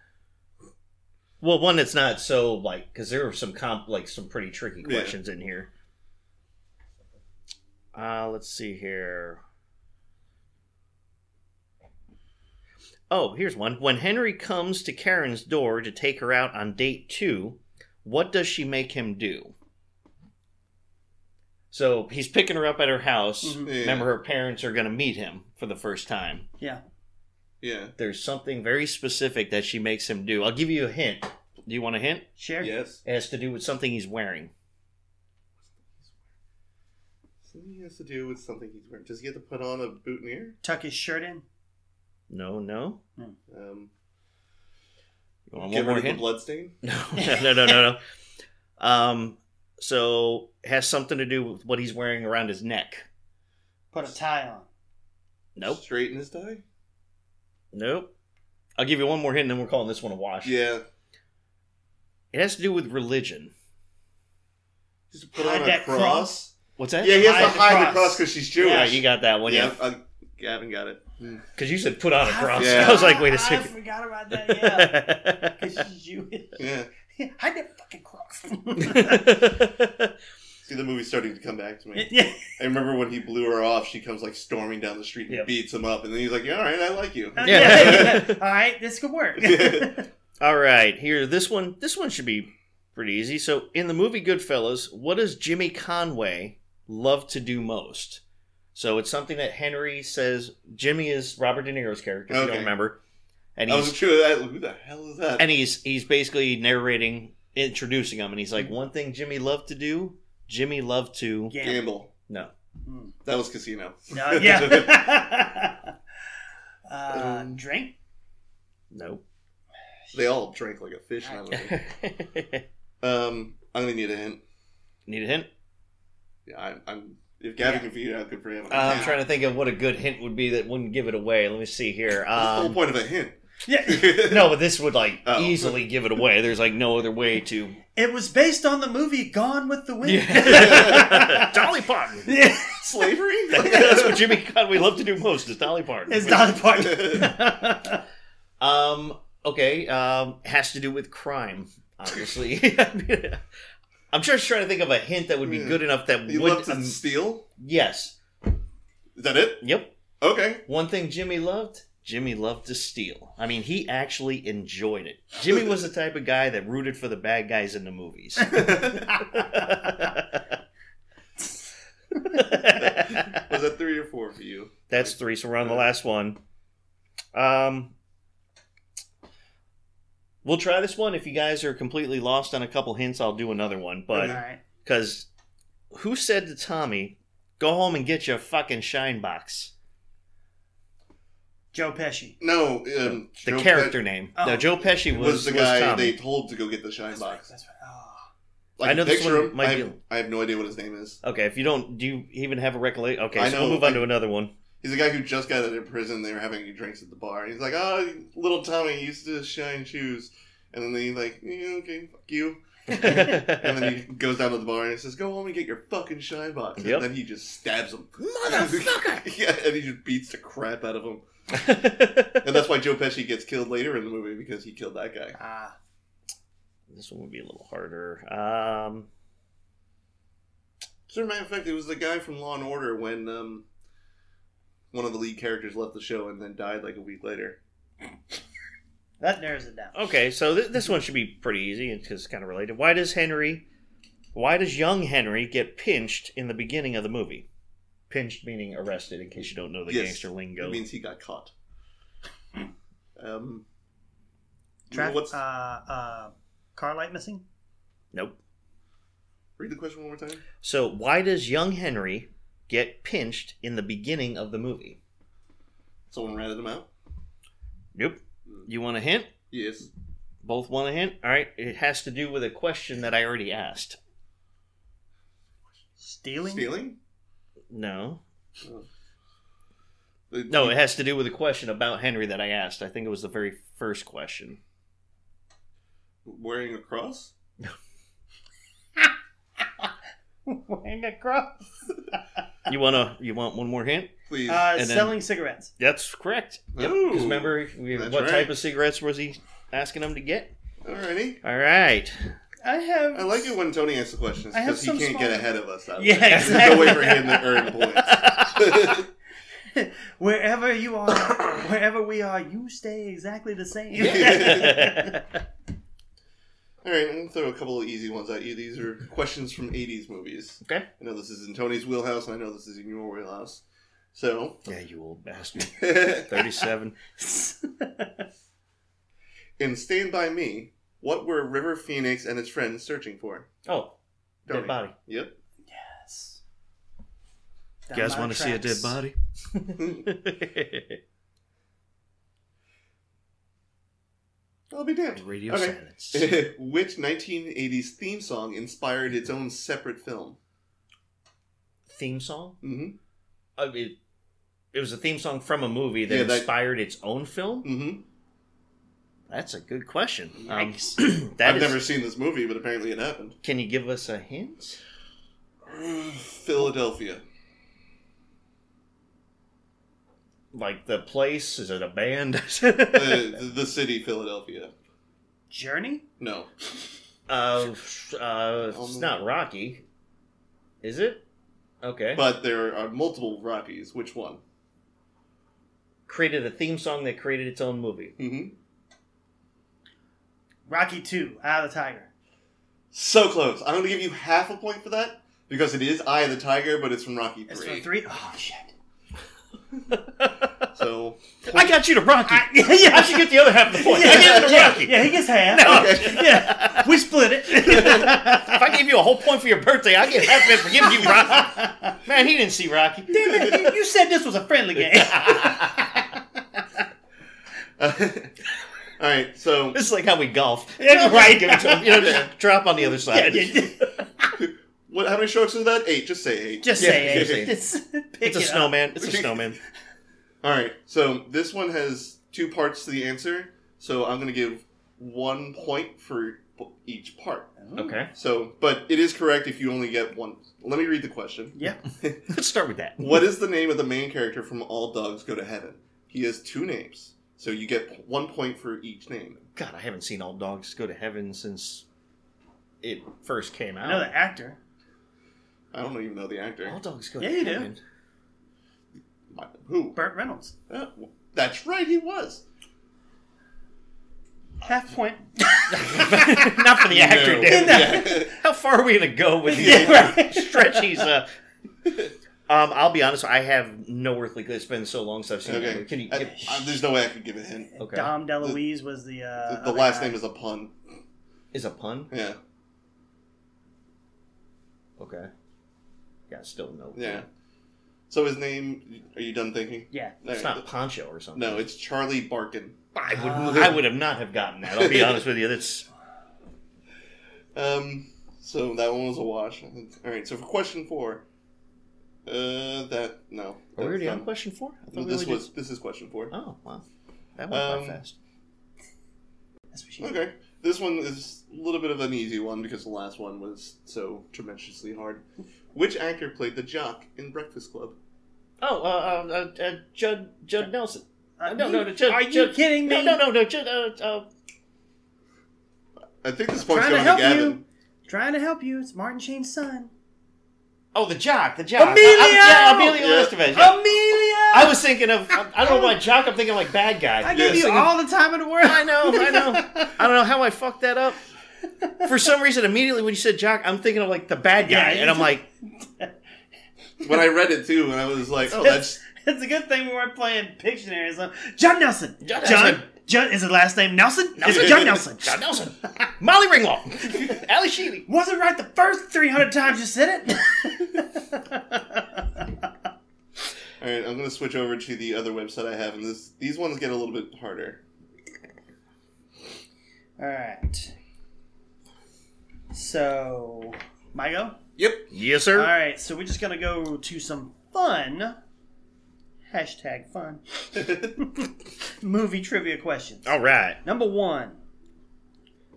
Speaker 1: Well, one that's not so like because there are some comp like some pretty tricky
Speaker 3: Yeah.
Speaker 1: questions in here. Uh, let's see here. Oh, here's one. When Henry comes to Karen's door to take her out on date two, what does she make him do? So he's picking her up at her house.
Speaker 2: Mhm.
Speaker 3: Yeah.
Speaker 1: Remember, her parents are going to meet him for the first time.
Speaker 2: Yeah.
Speaker 3: Yeah.
Speaker 1: There's something very specific that she makes him do. I'll give you a hint. Do you want a hint?
Speaker 2: Share.
Speaker 3: Yes.
Speaker 1: It has to do with something he's wearing.
Speaker 3: Something he has to do with something he's wearing. Does he have to put on a boutonniere?
Speaker 2: Tuck his shirt in.
Speaker 1: No, no.
Speaker 3: Um,
Speaker 1: You want one more
Speaker 3: get rid of
Speaker 1: hint?
Speaker 3: the bloodstain?
Speaker 1: No, no, no, no, no. Um, so it has something to do with what he's wearing around his neck.
Speaker 2: Put a tie on.
Speaker 1: Nope,
Speaker 3: Straighten his tie?
Speaker 1: nope. I'll give you one more hint, and then we're calling this one a wash.
Speaker 3: Yeah.
Speaker 1: It has to do with religion.
Speaker 3: Just put
Speaker 2: Hide
Speaker 3: on a
Speaker 2: that
Speaker 3: cross.
Speaker 2: cross.
Speaker 1: What's that?
Speaker 3: Yeah, he has
Speaker 2: Hide
Speaker 3: to
Speaker 2: the
Speaker 3: hide the
Speaker 2: cross.
Speaker 3: cross because she's Jewish. Hmm.
Speaker 1: Yeah, you got that one. Yeah,
Speaker 3: Yeah, I, Gavin got it.
Speaker 1: because you said put on a cross.
Speaker 3: Yeah.
Speaker 1: I was like, wait a
Speaker 2: I
Speaker 1: second.
Speaker 2: forgot about that. Yeah. Because you.
Speaker 3: Yeah.
Speaker 2: Hide that fucking cross.
Speaker 3: See, the movie's starting to come back to me.
Speaker 2: yeah.
Speaker 3: I remember when he blew her off, she comes like storming down the street and
Speaker 1: Yeah.
Speaker 3: beats him up, and then he's like, yeah, all right, I like you.
Speaker 2: Yeah.
Speaker 1: Yeah.
Speaker 2: All right, this could work.
Speaker 3: Yeah.
Speaker 1: All right, here this one. This one should be pretty easy. So, in the movie Goodfellas, what does Jimmy Conway love to do most? So, it's something that Henry says. Jimmy is Robert De Niro's character. If you
Speaker 3: Okay. Oh,
Speaker 1: don't remember, and
Speaker 3: I was
Speaker 1: he's
Speaker 3: true. I, who the hell is that?
Speaker 1: and he's he's basically narrating, introducing him, and he's like, one thing Jimmy loved to do. Jimmy loved to
Speaker 2: Gamble.
Speaker 3: Gamble.
Speaker 1: no.
Speaker 2: Mm.
Speaker 3: That was Casino.
Speaker 2: Uh, yeah. uh,
Speaker 3: Um,
Speaker 2: drink.
Speaker 1: No.
Speaker 3: they all drank like a fish. in that movie. um, I'm gonna need a hint.
Speaker 1: Need a hint?
Speaker 3: Yeah, I'm. I'm if Gavin
Speaker 2: Yeah.
Speaker 3: can figure it out, good for him.
Speaker 1: Uh, I'm trying to think of what a good hint would be that wouldn't give it away. Let me see here.
Speaker 3: That's the whole
Speaker 1: Um,
Speaker 3: point of a hint.
Speaker 2: Yeah.
Speaker 1: no, but this would like
Speaker 3: Oh.
Speaker 1: easily give it away. There's like no other way to.
Speaker 2: It was based on the movie Gone with the Wind.
Speaker 1: Yeah. Dolly Parton.
Speaker 2: Yeah.
Speaker 3: Slavery.
Speaker 1: That's what Jimmy Conway loved to do most is Dolly Parton.
Speaker 2: It's Dolly Parton.
Speaker 1: um. Okay. Um. Has to do with crime, obviously. I mean, I'm just trying to think of a hint that would be
Speaker 3: Yeah.
Speaker 1: good enough that
Speaker 3: you
Speaker 1: would.
Speaker 3: Hmm. love to
Speaker 1: um,
Speaker 3: steal.
Speaker 1: yes.
Speaker 3: Is that it?
Speaker 1: Yep.
Speaker 3: Okay.
Speaker 1: One thing Jimmy loved. Jimmy loved to steal. I mean, he actually enjoyed it. Jimmy was the type of guy that rooted for the bad guys in the movies.
Speaker 3: Was that three or four for you?
Speaker 1: That's three, so we're on the last one. Um, we'll try this one. If you guys are completely lost on a couple hints, I'll do another one.
Speaker 2: All
Speaker 1: But
Speaker 2: right.
Speaker 1: because who said to Tommy, "Go home and get your fucking shine box"?
Speaker 2: Joe Pesci.
Speaker 3: No. Um,
Speaker 1: The
Speaker 3: Joe
Speaker 1: character name.
Speaker 2: Oh.
Speaker 1: no, Joe Pesci
Speaker 3: Pet
Speaker 1: was,
Speaker 3: was the
Speaker 1: was
Speaker 3: guy
Speaker 1: Tommy.
Speaker 3: they told to go get the shine
Speaker 2: That's right.
Speaker 3: box.
Speaker 2: That's right. Oh.
Speaker 1: I know this
Speaker 3: picture
Speaker 1: one
Speaker 3: him.
Speaker 1: might
Speaker 3: I
Speaker 1: be-
Speaker 3: have, I have no idea what his name is.
Speaker 1: Okay, if you don't, do you even have a recollection? Okay,
Speaker 3: I
Speaker 1: so
Speaker 3: know,
Speaker 1: we'll move on
Speaker 3: I-
Speaker 1: to another one.
Speaker 3: He's a guy who just got out of prison. They were having drinks at the bar. He's like, "Oh, little Tommy used to shine shoes," and then they like, yeah, "Okay, fuck you." And then he goes down to the bar and says, "Go home and get your fucking shine box." And
Speaker 1: Yep.
Speaker 3: then he just stabs him,
Speaker 1: Motherfucker!
Speaker 3: yeah, and he just beats the crap out of him. And that's why Joe Pesci gets killed later in the movie because he killed that guy.
Speaker 2: Ah,
Speaker 1: this one would be a little harder. Um,
Speaker 3: As a matter of fact, it was the guy from Law and Order when um, one of the lead characters left the show and then died like a week later.
Speaker 2: that narrows it down.
Speaker 3: Oh,
Speaker 1: okay, so th- this one should be pretty easy because it's kind of related. Why does Henry, why does young Henry get pinched in the beginning of the movie? Pinched meaning arrested, in case you don't know the
Speaker 3: Yes,
Speaker 1: gangster lingo.
Speaker 3: It means he got caught. Um,
Speaker 2: Traffic.
Speaker 3: what's
Speaker 2: uh, uh, car light missing.
Speaker 1: nope.
Speaker 3: read the question one more time?
Speaker 1: So why does young Henry get pinched in the beginning of the movie?
Speaker 3: Someone ratted him out.
Speaker 1: Nope. You want a hint?
Speaker 3: Yes.
Speaker 1: Both want a hint? All right. It has to do with a question that I already asked.
Speaker 2: Stealing.
Speaker 3: Stealing?
Speaker 1: No.
Speaker 3: Uh,
Speaker 1: No, it has to do with a question about Henry that I asked. I think it was the very first question.
Speaker 3: Wearing a cross?
Speaker 2: Wearing a cross.
Speaker 1: You want to you want one more hint?
Speaker 3: Please.
Speaker 2: Uh,
Speaker 1: then-
Speaker 2: selling cigarettes.
Speaker 1: That's correct. Yep.
Speaker 3: Ooh.
Speaker 1: 'Cause remember we,
Speaker 3: That's
Speaker 1: what
Speaker 3: right.
Speaker 1: type of cigarettes was he asking him to get?
Speaker 3: Alrighty.
Speaker 1: All right.
Speaker 2: I have.
Speaker 3: I like it when Tony asks the questions
Speaker 2: I have
Speaker 3: because he
Speaker 2: some
Speaker 3: can't
Speaker 2: small-
Speaker 3: get ahead of us. That
Speaker 2: Yeah,
Speaker 3: way. There's no
Speaker 2: exactly.
Speaker 3: way for him to earn points.
Speaker 2: Wherever you are, wherever we are, you stay exactly the same.
Speaker 3: All right, I'm gonna throw a couple of easy ones at you. These are questions from '80s movies.
Speaker 1: Okay.
Speaker 3: I know this is in Tony's wheelhouse, and I know this is in your wheelhouse. So,
Speaker 1: yeah, you old bastard.
Speaker 3: in
Speaker 1: 37.
Speaker 3: Stand by Me, what were River Phoenix and his friends searching for?
Speaker 1: Oh,
Speaker 3: Tony.
Speaker 1: dead body.
Speaker 3: Yep.
Speaker 2: yes.
Speaker 1: You
Speaker 2: Down
Speaker 1: guys
Speaker 2: my
Speaker 1: want to see a dead
Speaker 2: tracks.
Speaker 1: body?
Speaker 3: I'll be damned.
Speaker 1: Radio
Speaker 3: Okay.
Speaker 1: silence.
Speaker 3: Which 1980s theme song inspired its own separate film?
Speaker 1: Theme song?
Speaker 3: Mm-hmm.
Speaker 1: I mean, Oh, it was a theme song from a movie that
Speaker 3: Yeah, that-
Speaker 1: inspired its own film.
Speaker 3: Mm-hmm.
Speaker 1: That's a good question. Um,
Speaker 2: Yikes.
Speaker 1: that
Speaker 3: I've
Speaker 1: is-
Speaker 3: never seen this movie, but apparently it happened.
Speaker 1: Can you give us a hint?
Speaker 3: Philadelphia.
Speaker 1: Like the place? Is it a band?
Speaker 3: the, the city, Philadelphia.
Speaker 2: Journey.
Speaker 3: No.
Speaker 1: uh, uh, it's not Rocky, is it? Okay.
Speaker 3: But there are multiple Rockies. Which one?
Speaker 1: created a theme song that created its own movie.
Speaker 3: Mm-hmm.
Speaker 2: Rocky Two. Eye of the Tiger.
Speaker 3: So close. I'm going to give you half a point for that because it is Eye of the Tiger, but it's from Rocky
Speaker 2: It's
Speaker 3: Three.
Speaker 2: for three. Oh shit.
Speaker 1: I
Speaker 3: So
Speaker 1: got you to Rocky.
Speaker 2: I,
Speaker 1: I,
Speaker 2: yeah, yeah.
Speaker 1: should get the other half of the point. I gave it to
Speaker 2: yeah,
Speaker 1: Rocky.
Speaker 2: yeah, he gets half.
Speaker 3: Okay.
Speaker 2: Yeah, we split
Speaker 1: If
Speaker 2: it.
Speaker 1: I gave you a whole point for your birthday, I get half of it for giving you Rocky.
Speaker 2: Damn
Speaker 1: Man, he didn't see Rocky.
Speaker 2: it! You, you said this was a friendly game.
Speaker 3: all right. So
Speaker 1: This is like how we golf.
Speaker 2: Yeah,
Speaker 1: right. Give it to him. You know, just drop on the other
Speaker 2: yeah,
Speaker 1: side.
Speaker 2: yeah,
Speaker 3: what? How many strokes is that? Eight. Just say eight.
Speaker 2: just
Speaker 1: Yeah,
Speaker 2: say
Speaker 1: yeah,
Speaker 2: it.
Speaker 1: yeah.
Speaker 2: Just pick
Speaker 1: It's a
Speaker 2: it up.
Speaker 1: snowman. It's a snowman.
Speaker 3: All right. So this one has two parts to the answer. So I'm going to give one point for each part.
Speaker 2: Mm-hmm.
Speaker 1: Okay.
Speaker 3: So, but it is correct if you only get one. Let me read the question.
Speaker 2: Yeah.
Speaker 1: Let's start with that.
Speaker 3: What is the name of the main character from All Dogs Go to Heaven? He has two names, so you get one point for each name.
Speaker 1: God, I haven't seen All Dogs Go to Heaven since it first came
Speaker 2: I know
Speaker 1: out.
Speaker 2: the actor.
Speaker 3: I don't even know the
Speaker 1: All
Speaker 3: actor.
Speaker 1: Dogs Go
Speaker 2: Yeah,
Speaker 1: to
Speaker 2: you do.
Speaker 1: Heaven.
Speaker 3: My- Who?
Speaker 2: Burt Reynolds.
Speaker 3: Uh, That's right, he was.
Speaker 2: Half point.
Speaker 1: Not for the actor,
Speaker 3: No.
Speaker 1: damn it.
Speaker 3: Yeah.
Speaker 1: How far are we gonna go with these
Speaker 2: Yeah, right.
Speaker 1: stretchies? Uh, um, I'll be honest. I have no earthly. clue. It's been so long since I've seen
Speaker 3: Okay.
Speaker 1: it. Can you?
Speaker 3: I-
Speaker 1: Give,
Speaker 3: I- there's no way I could give it a hint.
Speaker 1: Okay.
Speaker 2: Dom DeLuise was the uh,
Speaker 3: The, the
Speaker 2: other
Speaker 3: last
Speaker 2: guy.
Speaker 3: name is a pun.
Speaker 1: is a pun?
Speaker 3: Yeah,
Speaker 1: Okay. Yeah, still no. clue.
Speaker 3: yeah. So his name? Are you done thinking?
Speaker 2: Yeah.
Speaker 1: It's not Poncho or something.
Speaker 3: No, it's Charlie Barkin.
Speaker 1: Uh, I would. I would have not have gotten that. I'll be honest with you. That's
Speaker 3: Um, So that one was a watch. All right. So for question four, uh, that no.
Speaker 1: Are we
Speaker 3: that's
Speaker 1: already on
Speaker 3: not-
Speaker 1: question four? I thought
Speaker 3: no,
Speaker 1: we
Speaker 3: this
Speaker 1: already
Speaker 3: was
Speaker 1: did-
Speaker 3: this is question four.
Speaker 1: Oh wow, that went
Speaker 3: Um,
Speaker 1: by fast.
Speaker 2: That's what she
Speaker 3: Okay. This one is a little bit of an easy one because the last one was so tremendously hard. Which actor played the jock in Breakfast Club?
Speaker 1: Oh, uh, uh, uh, uh, Judd Judd Nelson.
Speaker 2: Are
Speaker 1: No,
Speaker 2: Uh, you-
Speaker 1: no, no, Judd.
Speaker 2: Are you
Speaker 1: Judd-
Speaker 2: kidding me?
Speaker 1: No, no, no, no. Judd. Uh, uh,
Speaker 3: I think this point's
Speaker 2: Trying to
Speaker 3: going
Speaker 2: help
Speaker 3: Gavin.
Speaker 2: you. Trying to help you. It's Martin Sheen's son.
Speaker 1: oh, the jock. The jock.
Speaker 2: Emilio!
Speaker 1: I'm, yeah, Emilio
Speaker 3: Yeah.
Speaker 1: Estevez. yeah.
Speaker 2: Amelia.
Speaker 1: I was thinking of. I don't know why jock. I'm thinking like bad guy.
Speaker 2: I gave
Speaker 3: Yes.
Speaker 2: you all the time in the world.
Speaker 1: I know, I know. I don't know how I fucked that up. For some reason, immediately when you said jock, I'm thinking of like the bad guy,
Speaker 2: Yeah,
Speaker 1: and I'm like,
Speaker 3: When I read it too, and I was like, oh, that's
Speaker 2: It's a good thing we weren't playing Pictionary. or something. John Nelson.
Speaker 1: John
Speaker 2: John,
Speaker 1: Nelson.
Speaker 2: John- is his last name Nelson?
Speaker 1: Nelson.
Speaker 2: It's John Nelson.
Speaker 1: John Nelson, Molly Ringwald, Ali Sheedy.
Speaker 2: Wasn't right the first 300 times you said it.
Speaker 3: All right, I'm going to switch over to the other website I have, and this these ones get a little bit harder.
Speaker 2: all right. So, my go?
Speaker 3: Yep.
Speaker 1: Yes, sir.
Speaker 2: All right, so we're just going to go to some fun. Hashtag fun. Movie trivia questions.
Speaker 1: All right.
Speaker 2: Number one.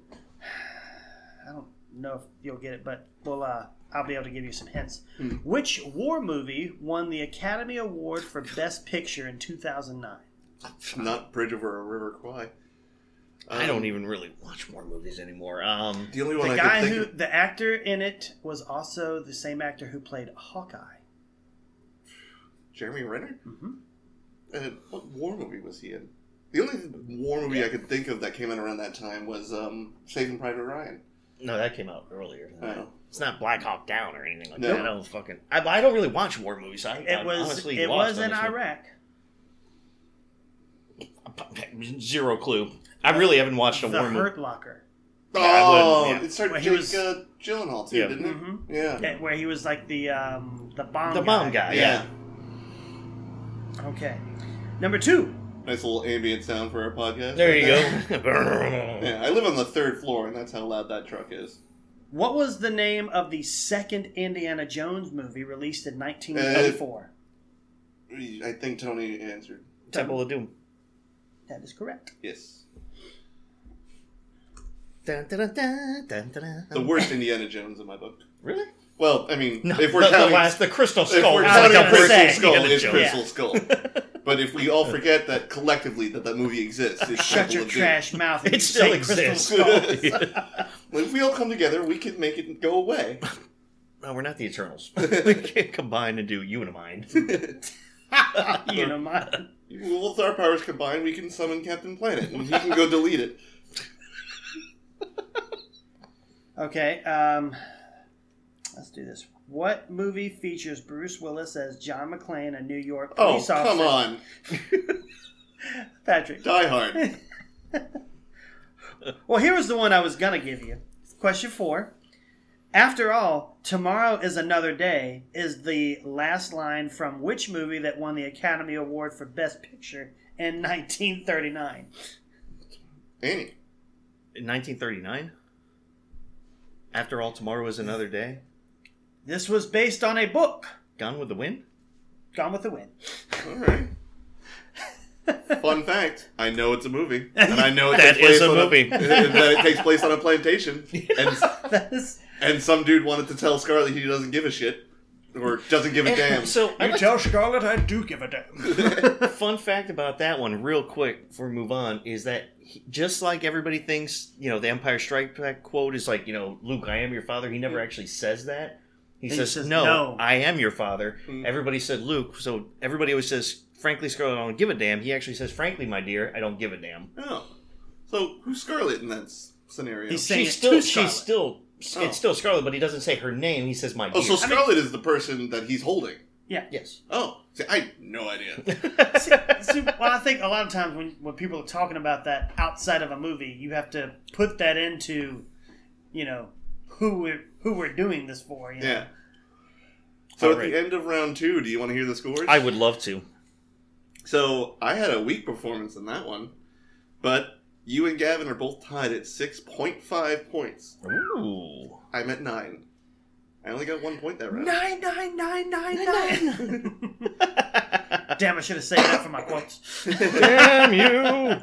Speaker 2: I don't know if you'll get it, but well, uh, I'll be able to give you some hints.
Speaker 1: Hmm.
Speaker 2: Which war movie won the Academy Award for Best Picture in 2009?
Speaker 3: Not Bridge Over a River Kwai.
Speaker 1: I don't
Speaker 3: Um,
Speaker 1: even really watch more movies anymore. Um,
Speaker 3: The only
Speaker 2: The
Speaker 3: one I
Speaker 2: guy
Speaker 3: can think
Speaker 2: who,
Speaker 3: of.
Speaker 2: the actor in it, was also the same actor who played Hawkeye.
Speaker 3: Jeremy Renner?
Speaker 1: Mm-hmm.
Speaker 2: Mhm.
Speaker 3: Uh, what war movie was he in? The only war movie I could think of that came out around that time was um, Saving Private Ryan.
Speaker 1: no, that came out earlier. than that.
Speaker 3: Oh.
Speaker 1: It's not Black Hawk Down or anything like
Speaker 3: No.
Speaker 1: that. I don't fucking. I, I don't really watch war movies. I,
Speaker 2: It
Speaker 1: I'm
Speaker 2: was,
Speaker 1: honestly
Speaker 2: it
Speaker 1: lost
Speaker 2: was
Speaker 1: on
Speaker 2: in
Speaker 1: this one.
Speaker 2: Iraq.
Speaker 1: Zero clue. I really haven't watched a
Speaker 2: The
Speaker 1: war movie.
Speaker 2: Hurt Locker,
Speaker 1: Yeah, I
Speaker 3: oh,
Speaker 1: would, yeah.
Speaker 3: it started
Speaker 2: Well, he
Speaker 3: Jake
Speaker 2: was-
Speaker 3: uh, Gyllenhaal too,
Speaker 1: Yeah.
Speaker 3: didn't it?
Speaker 2: Mhm.
Speaker 3: Yeah.
Speaker 2: that- where he was like the um, the bomb.
Speaker 1: Mm-hmm. The bomb guy.
Speaker 3: Yeah.
Speaker 2: Okay. Number two.
Speaker 3: Nice little ambient sound for our podcast.
Speaker 1: There you
Speaker 3: right
Speaker 1: go.
Speaker 3: Yeah, I live on the third floor, and that's how loud that truck is.
Speaker 2: What was the name of the second Indiana Jones movie released in 1994?
Speaker 3: Uh, I think Tony answered
Speaker 1: Temple of Doom.
Speaker 2: that is correct.
Speaker 3: yes.
Speaker 1: Dun, dun, dun, dun, dun, dun.
Speaker 3: The worst Indiana Jones in my book.
Speaker 1: Really?
Speaker 3: Well, I mean,
Speaker 1: No,
Speaker 3: if we're
Speaker 1: the,
Speaker 3: counting,
Speaker 1: the last, the crystal
Speaker 3: if
Speaker 1: skull.
Speaker 3: we're
Speaker 1: is
Speaker 2: I was
Speaker 3: counting
Speaker 2: gonna
Speaker 1: a
Speaker 3: Crystal
Speaker 2: say.
Speaker 1: person
Speaker 3: Skull,
Speaker 1: Indiana
Speaker 3: it's
Speaker 1: Jones.
Speaker 3: Crystal Skull. But if we all forget that collectively that that movie exists, it's
Speaker 2: Shut
Speaker 3: Temple
Speaker 2: your
Speaker 3: of Doom.
Speaker 2: trash mouth. and
Speaker 1: It
Speaker 2: you
Speaker 1: still
Speaker 2: say
Speaker 1: exists.
Speaker 2: Crystal Skull.
Speaker 3: If we all come together, we can make it go away.
Speaker 1: No, we're not the Eternals. we can't combine and do you and mine.
Speaker 2: you know, my,
Speaker 3: Well, With our powers combined, we can summon Captain Planet, and he can go delete it.
Speaker 2: okay, um, let's do this. What movie features Bruce Willis as John McClane, a New York
Speaker 3: Oh,
Speaker 2: police officer?
Speaker 3: come on,
Speaker 2: Patrick.
Speaker 3: Die Hard.
Speaker 2: Well, here was the one I was going to give you. Question four. After all, tomorrow is another day is the last line from which movie that won the Academy Award for Best Picture in 1939?
Speaker 3: Annie.
Speaker 1: In 1939? After all, tomorrow is another day.
Speaker 2: This was based on a book,
Speaker 1: Gone with the Wind?
Speaker 2: Gone with the Wind.
Speaker 3: All right. Fun fact: I know it's a movie, and I know it
Speaker 1: That
Speaker 3: takes place
Speaker 1: is a
Speaker 3: on
Speaker 1: movie.
Speaker 3: that it takes place on a plantation, and
Speaker 2: That is,
Speaker 3: and some dude wanted to tell Scarlett he doesn't give a shit or doesn't give a damn.
Speaker 1: So, I like
Speaker 2: tell Scarlett I do give a damn.
Speaker 1: to- fun fact about that one, real quick, before we move on, is that he, just like everybody thinks, you know, the Empire Strike Back quote is like, you know, Luke, I am your father. He never actually says that. He,
Speaker 2: He
Speaker 1: says,
Speaker 2: says,
Speaker 1: no,
Speaker 2: "No."
Speaker 1: I am your father.
Speaker 3: Mm.
Speaker 1: Everybody said Luke, so everybody always says, frankly, Scarlett, I don't give a damn. He actually says, frankly, my dear, I don't give a damn.
Speaker 3: Oh. so who's Scarlett in that s- scenario?
Speaker 2: He's- Saying
Speaker 1: She's
Speaker 2: it
Speaker 1: still,
Speaker 2: to Scarlett.
Speaker 1: she's still,
Speaker 3: Oh.
Speaker 1: it's still Scarlet, but he doesn't say her name. He says, my
Speaker 3: oh,
Speaker 1: dear.
Speaker 3: so Scarlett is the person that he's holding.
Speaker 1: yes.
Speaker 3: Oh, see, I had no idea.
Speaker 2: See, well, I think a lot of times when, when people are talking about that outside of a movie, you have to put that into, you know, who we're, who we're doing this for. You know?
Speaker 3: Yeah. So
Speaker 1: All
Speaker 3: at
Speaker 1: right.
Speaker 3: the end of round two, do you want to hear the scores?
Speaker 1: I would love to.
Speaker 3: So I had a weak performance in that one, but You and Gavin are both tied at 6.5 points.
Speaker 1: Ooh.
Speaker 3: I'm at 9. I only got one point that round.
Speaker 2: Nine, nine, nine, nine, nine. Damn, I should have saved that for my quotes.
Speaker 1: Damn you!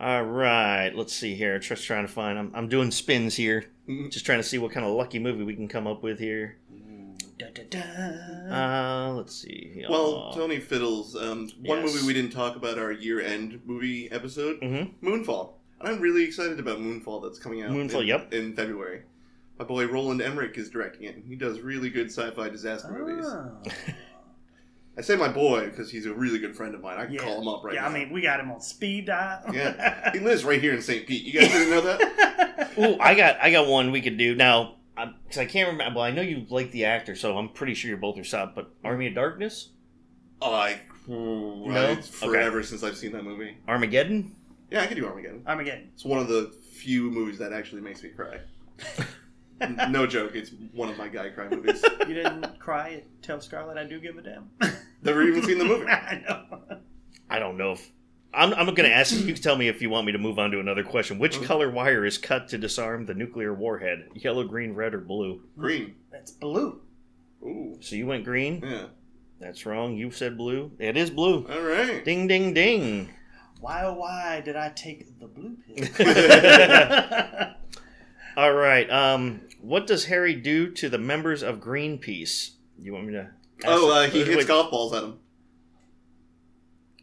Speaker 1: All right, let's see here. Just trying to find. I'm, I'm doing spins here.
Speaker 3: Mm.
Speaker 1: Just trying to see what kind of lucky movie we can come up with here.
Speaker 2: Da, da, da.
Speaker 1: Uh, let's see.
Speaker 3: Well, Tony Fiddles, um, one
Speaker 1: Yes.
Speaker 3: movie we didn't talk about our year end movie episode
Speaker 1: Mhm.
Speaker 3: Moonfall. And I'm really excited about Moonfall that's coming out
Speaker 1: Moonfall,
Speaker 3: in,
Speaker 1: yep.
Speaker 3: in February. My boy Roland Emmerich is directing it. He does really good sci fi disaster movies.
Speaker 2: Oh.
Speaker 3: I say my boy because he's a really good friend of mine. I can
Speaker 2: Yeah.
Speaker 3: call him up right
Speaker 2: yeah,
Speaker 3: now.
Speaker 2: I mean, we got him on speed dial.
Speaker 3: Yeah. he lives right here in St. Pete. You guys didn't know that?
Speaker 1: Ooh, I got I got one we could do now. Because I can't remember. Well, I know you like the actor, so I'm pretty sure you're both are soft. But Army of Darkness,
Speaker 3: I,
Speaker 1: No?
Speaker 3: it's forever since I've seen that movie.
Speaker 1: Armageddon.
Speaker 3: Yeah, I could do Armageddon.
Speaker 2: Armageddon.
Speaker 3: It's one of the few movies that actually makes me cry. N- no joke, it's one of my guy cry movies.
Speaker 2: You didn't cry at Tell Scarlet I do give a damn.
Speaker 3: Never even seen the movie.
Speaker 2: I know.
Speaker 1: I don't know if I'm. I'm going to ask you. You can tell me if you want me to move on to another question. Which
Speaker 3: Okay.
Speaker 1: color wire is cut to disarm the nuclear warhead? Yellow, green, red, or blue?
Speaker 3: Green.
Speaker 2: That's blue.
Speaker 3: Ooh.
Speaker 1: So you went green.
Speaker 3: Yeah.
Speaker 1: That's wrong. You said blue. It is blue.
Speaker 3: All right.
Speaker 1: Ding, ding, ding.
Speaker 2: Why oh why did I take the blue pill?
Speaker 1: All right. Um, what does Harry do to the members of Greenpeace? You want me to? ask-
Speaker 3: Oh, uh, he
Speaker 1: wait,
Speaker 3: hits
Speaker 1: wait,
Speaker 3: golf balls at him.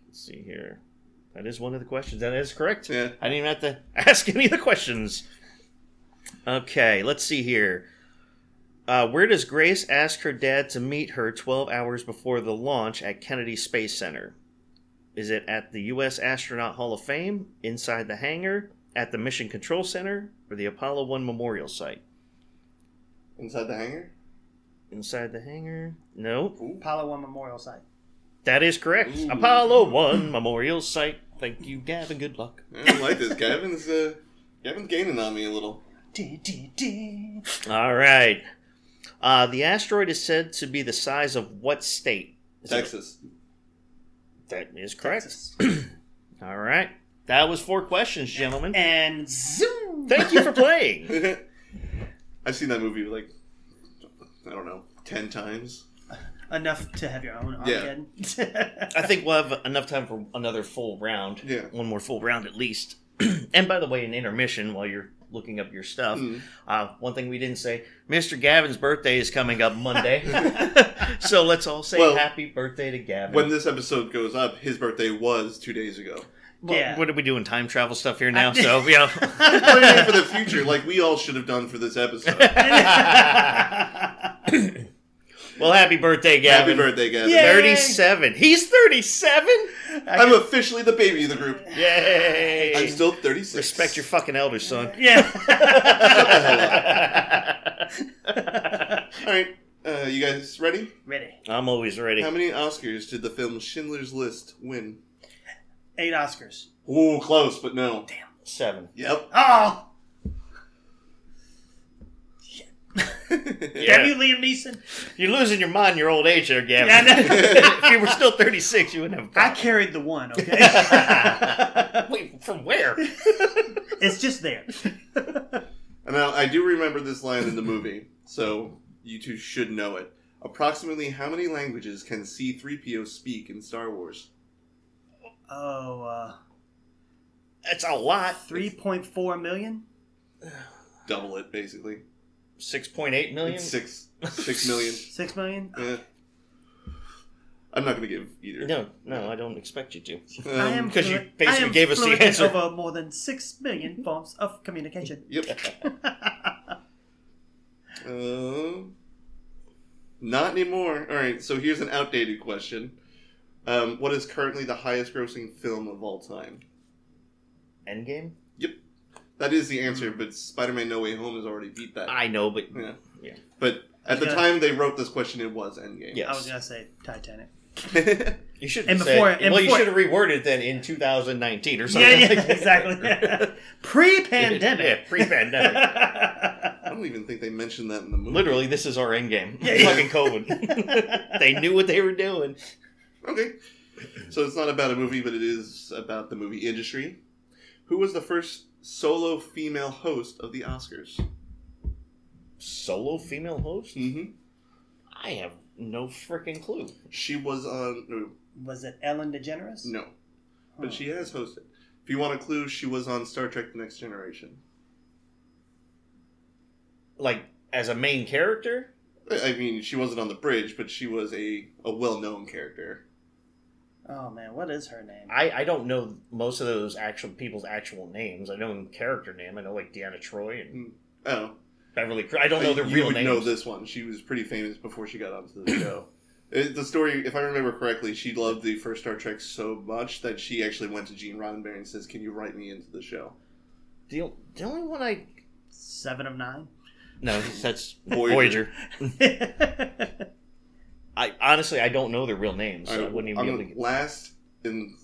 Speaker 1: Let's see here. That is one of the questions. That is correct.
Speaker 3: Yeah.
Speaker 1: I didn't even have to ask any of the questions. Okay, let's see here. Uh, where does Grace ask her dad to meet her 12 hours before the launch at Kennedy Space Center? Is it at the U.S. Astronaut Hall of Fame, inside the hangar, at the Mission Control Center, or the Apollo 1 Memorial Site?
Speaker 3: Inside the hangar?
Speaker 1: Inside the hangar? No.
Speaker 3: Ooh.
Speaker 2: Apollo 1 Memorial Site.
Speaker 1: That is correct.
Speaker 3: Ooh.
Speaker 1: Apollo 1 Memorial Site. Thank you, Gavin. Good luck.
Speaker 3: I don't like this. Gavin's, uh, Gavin's gaining on me a little.
Speaker 2: Dee, dee, dee.
Speaker 1: All right. Uh, the asteroid is said to be the size of what state? Is it-
Speaker 3: Texas.
Speaker 1: that is correct.
Speaker 2: Texas.
Speaker 1: All right. That was four questions, gentlemen.
Speaker 2: And zoom.
Speaker 1: Thank you for playing.
Speaker 3: I've seen that movie like, I don't know, 10 times.
Speaker 2: Enough to have your own
Speaker 3: Yeah.
Speaker 2: Armageddon.
Speaker 1: I think we'll have enough time for another full round.
Speaker 3: Yeah.
Speaker 1: One more full round at least. and by the way, in intermission, while you're looking up your stuff,
Speaker 3: Mm.
Speaker 1: uh, one thing we didn't say Mr. Gavin's birthday is coming up Monday. so let's all say
Speaker 3: Well,
Speaker 1: happy birthday to Gavin.
Speaker 3: When this episode goes up, his birthday was two days ago.
Speaker 1: Well,
Speaker 2: Yeah.
Speaker 1: What are we doing? Time travel stuff here now? so, you know.
Speaker 3: Planning for the future, like we all should have done for this episode.
Speaker 1: well, happy birthday, Gavin.
Speaker 3: Happy birthday, Gavin.
Speaker 2: Yeah. Yay.
Speaker 1: 37. He's 37?
Speaker 3: I'm officially the baby of the group.
Speaker 1: Yay.
Speaker 3: I'm still 36.
Speaker 1: Respect your fucking elder son.
Speaker 2: Yeah.
Speaker 3: All right, uh, you guys ready?
Speaker 2: Ready.
Speaker 1: I'm always ready.
Speaker 3: How many Oscars did the film Schindler's List win?
Speaker 2: Eight Oscars.
Speaker 3: Ooh, close, but no.
Speaker 1: Seven.
Speaker 3: Yep.
Speaker 2: Oh,
Speaker 1: Yeah.
Speaker 2: have you Liam Neeson?
Speaker 1: You're losing your mind in your old age there, Gavin.
Speaker 2: Yeah, I
Speaker 1: if you were still 36, you wouldn't have a
Speaker 2: I
Speaker 1: problem.
Speaker 2: carried the one, okay?
Speaker 1: Wait, from where?
Speaker 2: it's just there.
Speaker 3: And now I do remember this line in the movie, so you two should know it. Approximately how many languages can C3PO speak in Star Wars?
Speaker 2: Oh, uh,
Speaker 1: That's a lot.
Speaker 2: 3.4 million?
Speaker 3: Double it, basically.
Speaker 1: 6.8 million?
Speaker 3: It's six, six million.
Speaker 2: 6 million?
Speaker 3: Eh. I'm not going to give either.
Speaker 1: No, no, I don't expect you to.
Speaker 3: Um,
Speaker 2: I am
Speaker 1: 'cause you
Speaker 2: fluent-
Speaker 1: basically
Speaker 2: I am
Speaker 1: gave us the
Speaker 2: fluent
Speaker 1: answer.
Speaker 2: over more than 6 million forms of communication.
Speaker 3: Yep. Uh, not anymore. All right, so here's an outdated question. Um, what is currently the highest grossing film of all time?
Speaker 1: Endgame?
Speaker 3: That is the answer,
Speaker 1: Hmm.
Speaker 3: but Spider Man No Way Home has already beat that.
Speaker 1: I know, but
Speaker 3: yeah.
Speaker 1: Yeah.
Speaker 3: But at the
Speaker 2: Okay.
Speaker 3: time they wrote this question, it was Endgame.
Speaker 1: Yeah.
Speaker 2: I was going to say Titanic.
Speaker 1: You should
Speaker 2: And
Speaker 1: have
Speaker 2: before-
Speaker 1: said,
Speaker 2: and
Speaker 1: well,
Speaker 2: before-
Speaker 1: you should have reworded that in 2019 or
Speaker 2: Yeah,
Speaker 1: something.
Speaker 2: yeah,
Speaker 1: like that.
Speaker 2: exactly. Pre-pandemic.
Speaker 1: Yeah, pre-pandemic.
Speaker 3: I don't even think they mentioned that in the movie.
Speaker 1: Literally, this is our end game.
Speaker 2: Yeah, yeah.
Speaker 1: Fucking COVID. they knew what they were doing.
Speaker 3: Okay. So it's not about a movie, but it is about the movie industry. Who was the first solo female host of the Oscars?
Speaker 1: Solo female host?
Speaker 3: Mm-hmm.
Speaker 1: I have no freaking clue.
Speaker 3: She was on. No,
Speaker 2: Was it Ellen DeGeneres?
Speaker 3: no,
Speaker 2: Huh.
Speaker 3: but she has hosted. If you want a clue, she was on Star Trek: The Next Generation.
Speaker 1: Like as a main character?
Speaker 3: I I mean, she wasn't on the bridge, but she was a, a well known character.
Speaker 2: Oh man, what is her name?
Speaker 1: I, I don't know most of those actual people's actual names. I know them character name. I know like Deanna Troy and
Speaker 3: Oh,
Speaker 1: Beverly. Cr- I don't know their
Speaker 3: you
Speaker 1: real
Speaker 3: would
Speaker 1: names.
Speaker 3: know this one. She was pretty famous before she got onto the show. It- the story, if I remember correctly, she loved the first Star Trek so much that she actually went to Gene Roddenberry and says, "Can you write me into the show?"
Speaker 1: The, o- the only one I
Speaker 2: Seven of nine.
Speaker 1: no that's Voyager.
Speaker 3: Voyager.
Speaker 2: Hmm,
Speaker 1: I honestly I don't know their real names. So I,
Speaker 3: Alright,
Speaker 1: wouldn't even
Speaker 3: I'm
Speaker 1: be able to.
Speaker 3: gonna
Speaker 1: Get...
Speaker 3: last and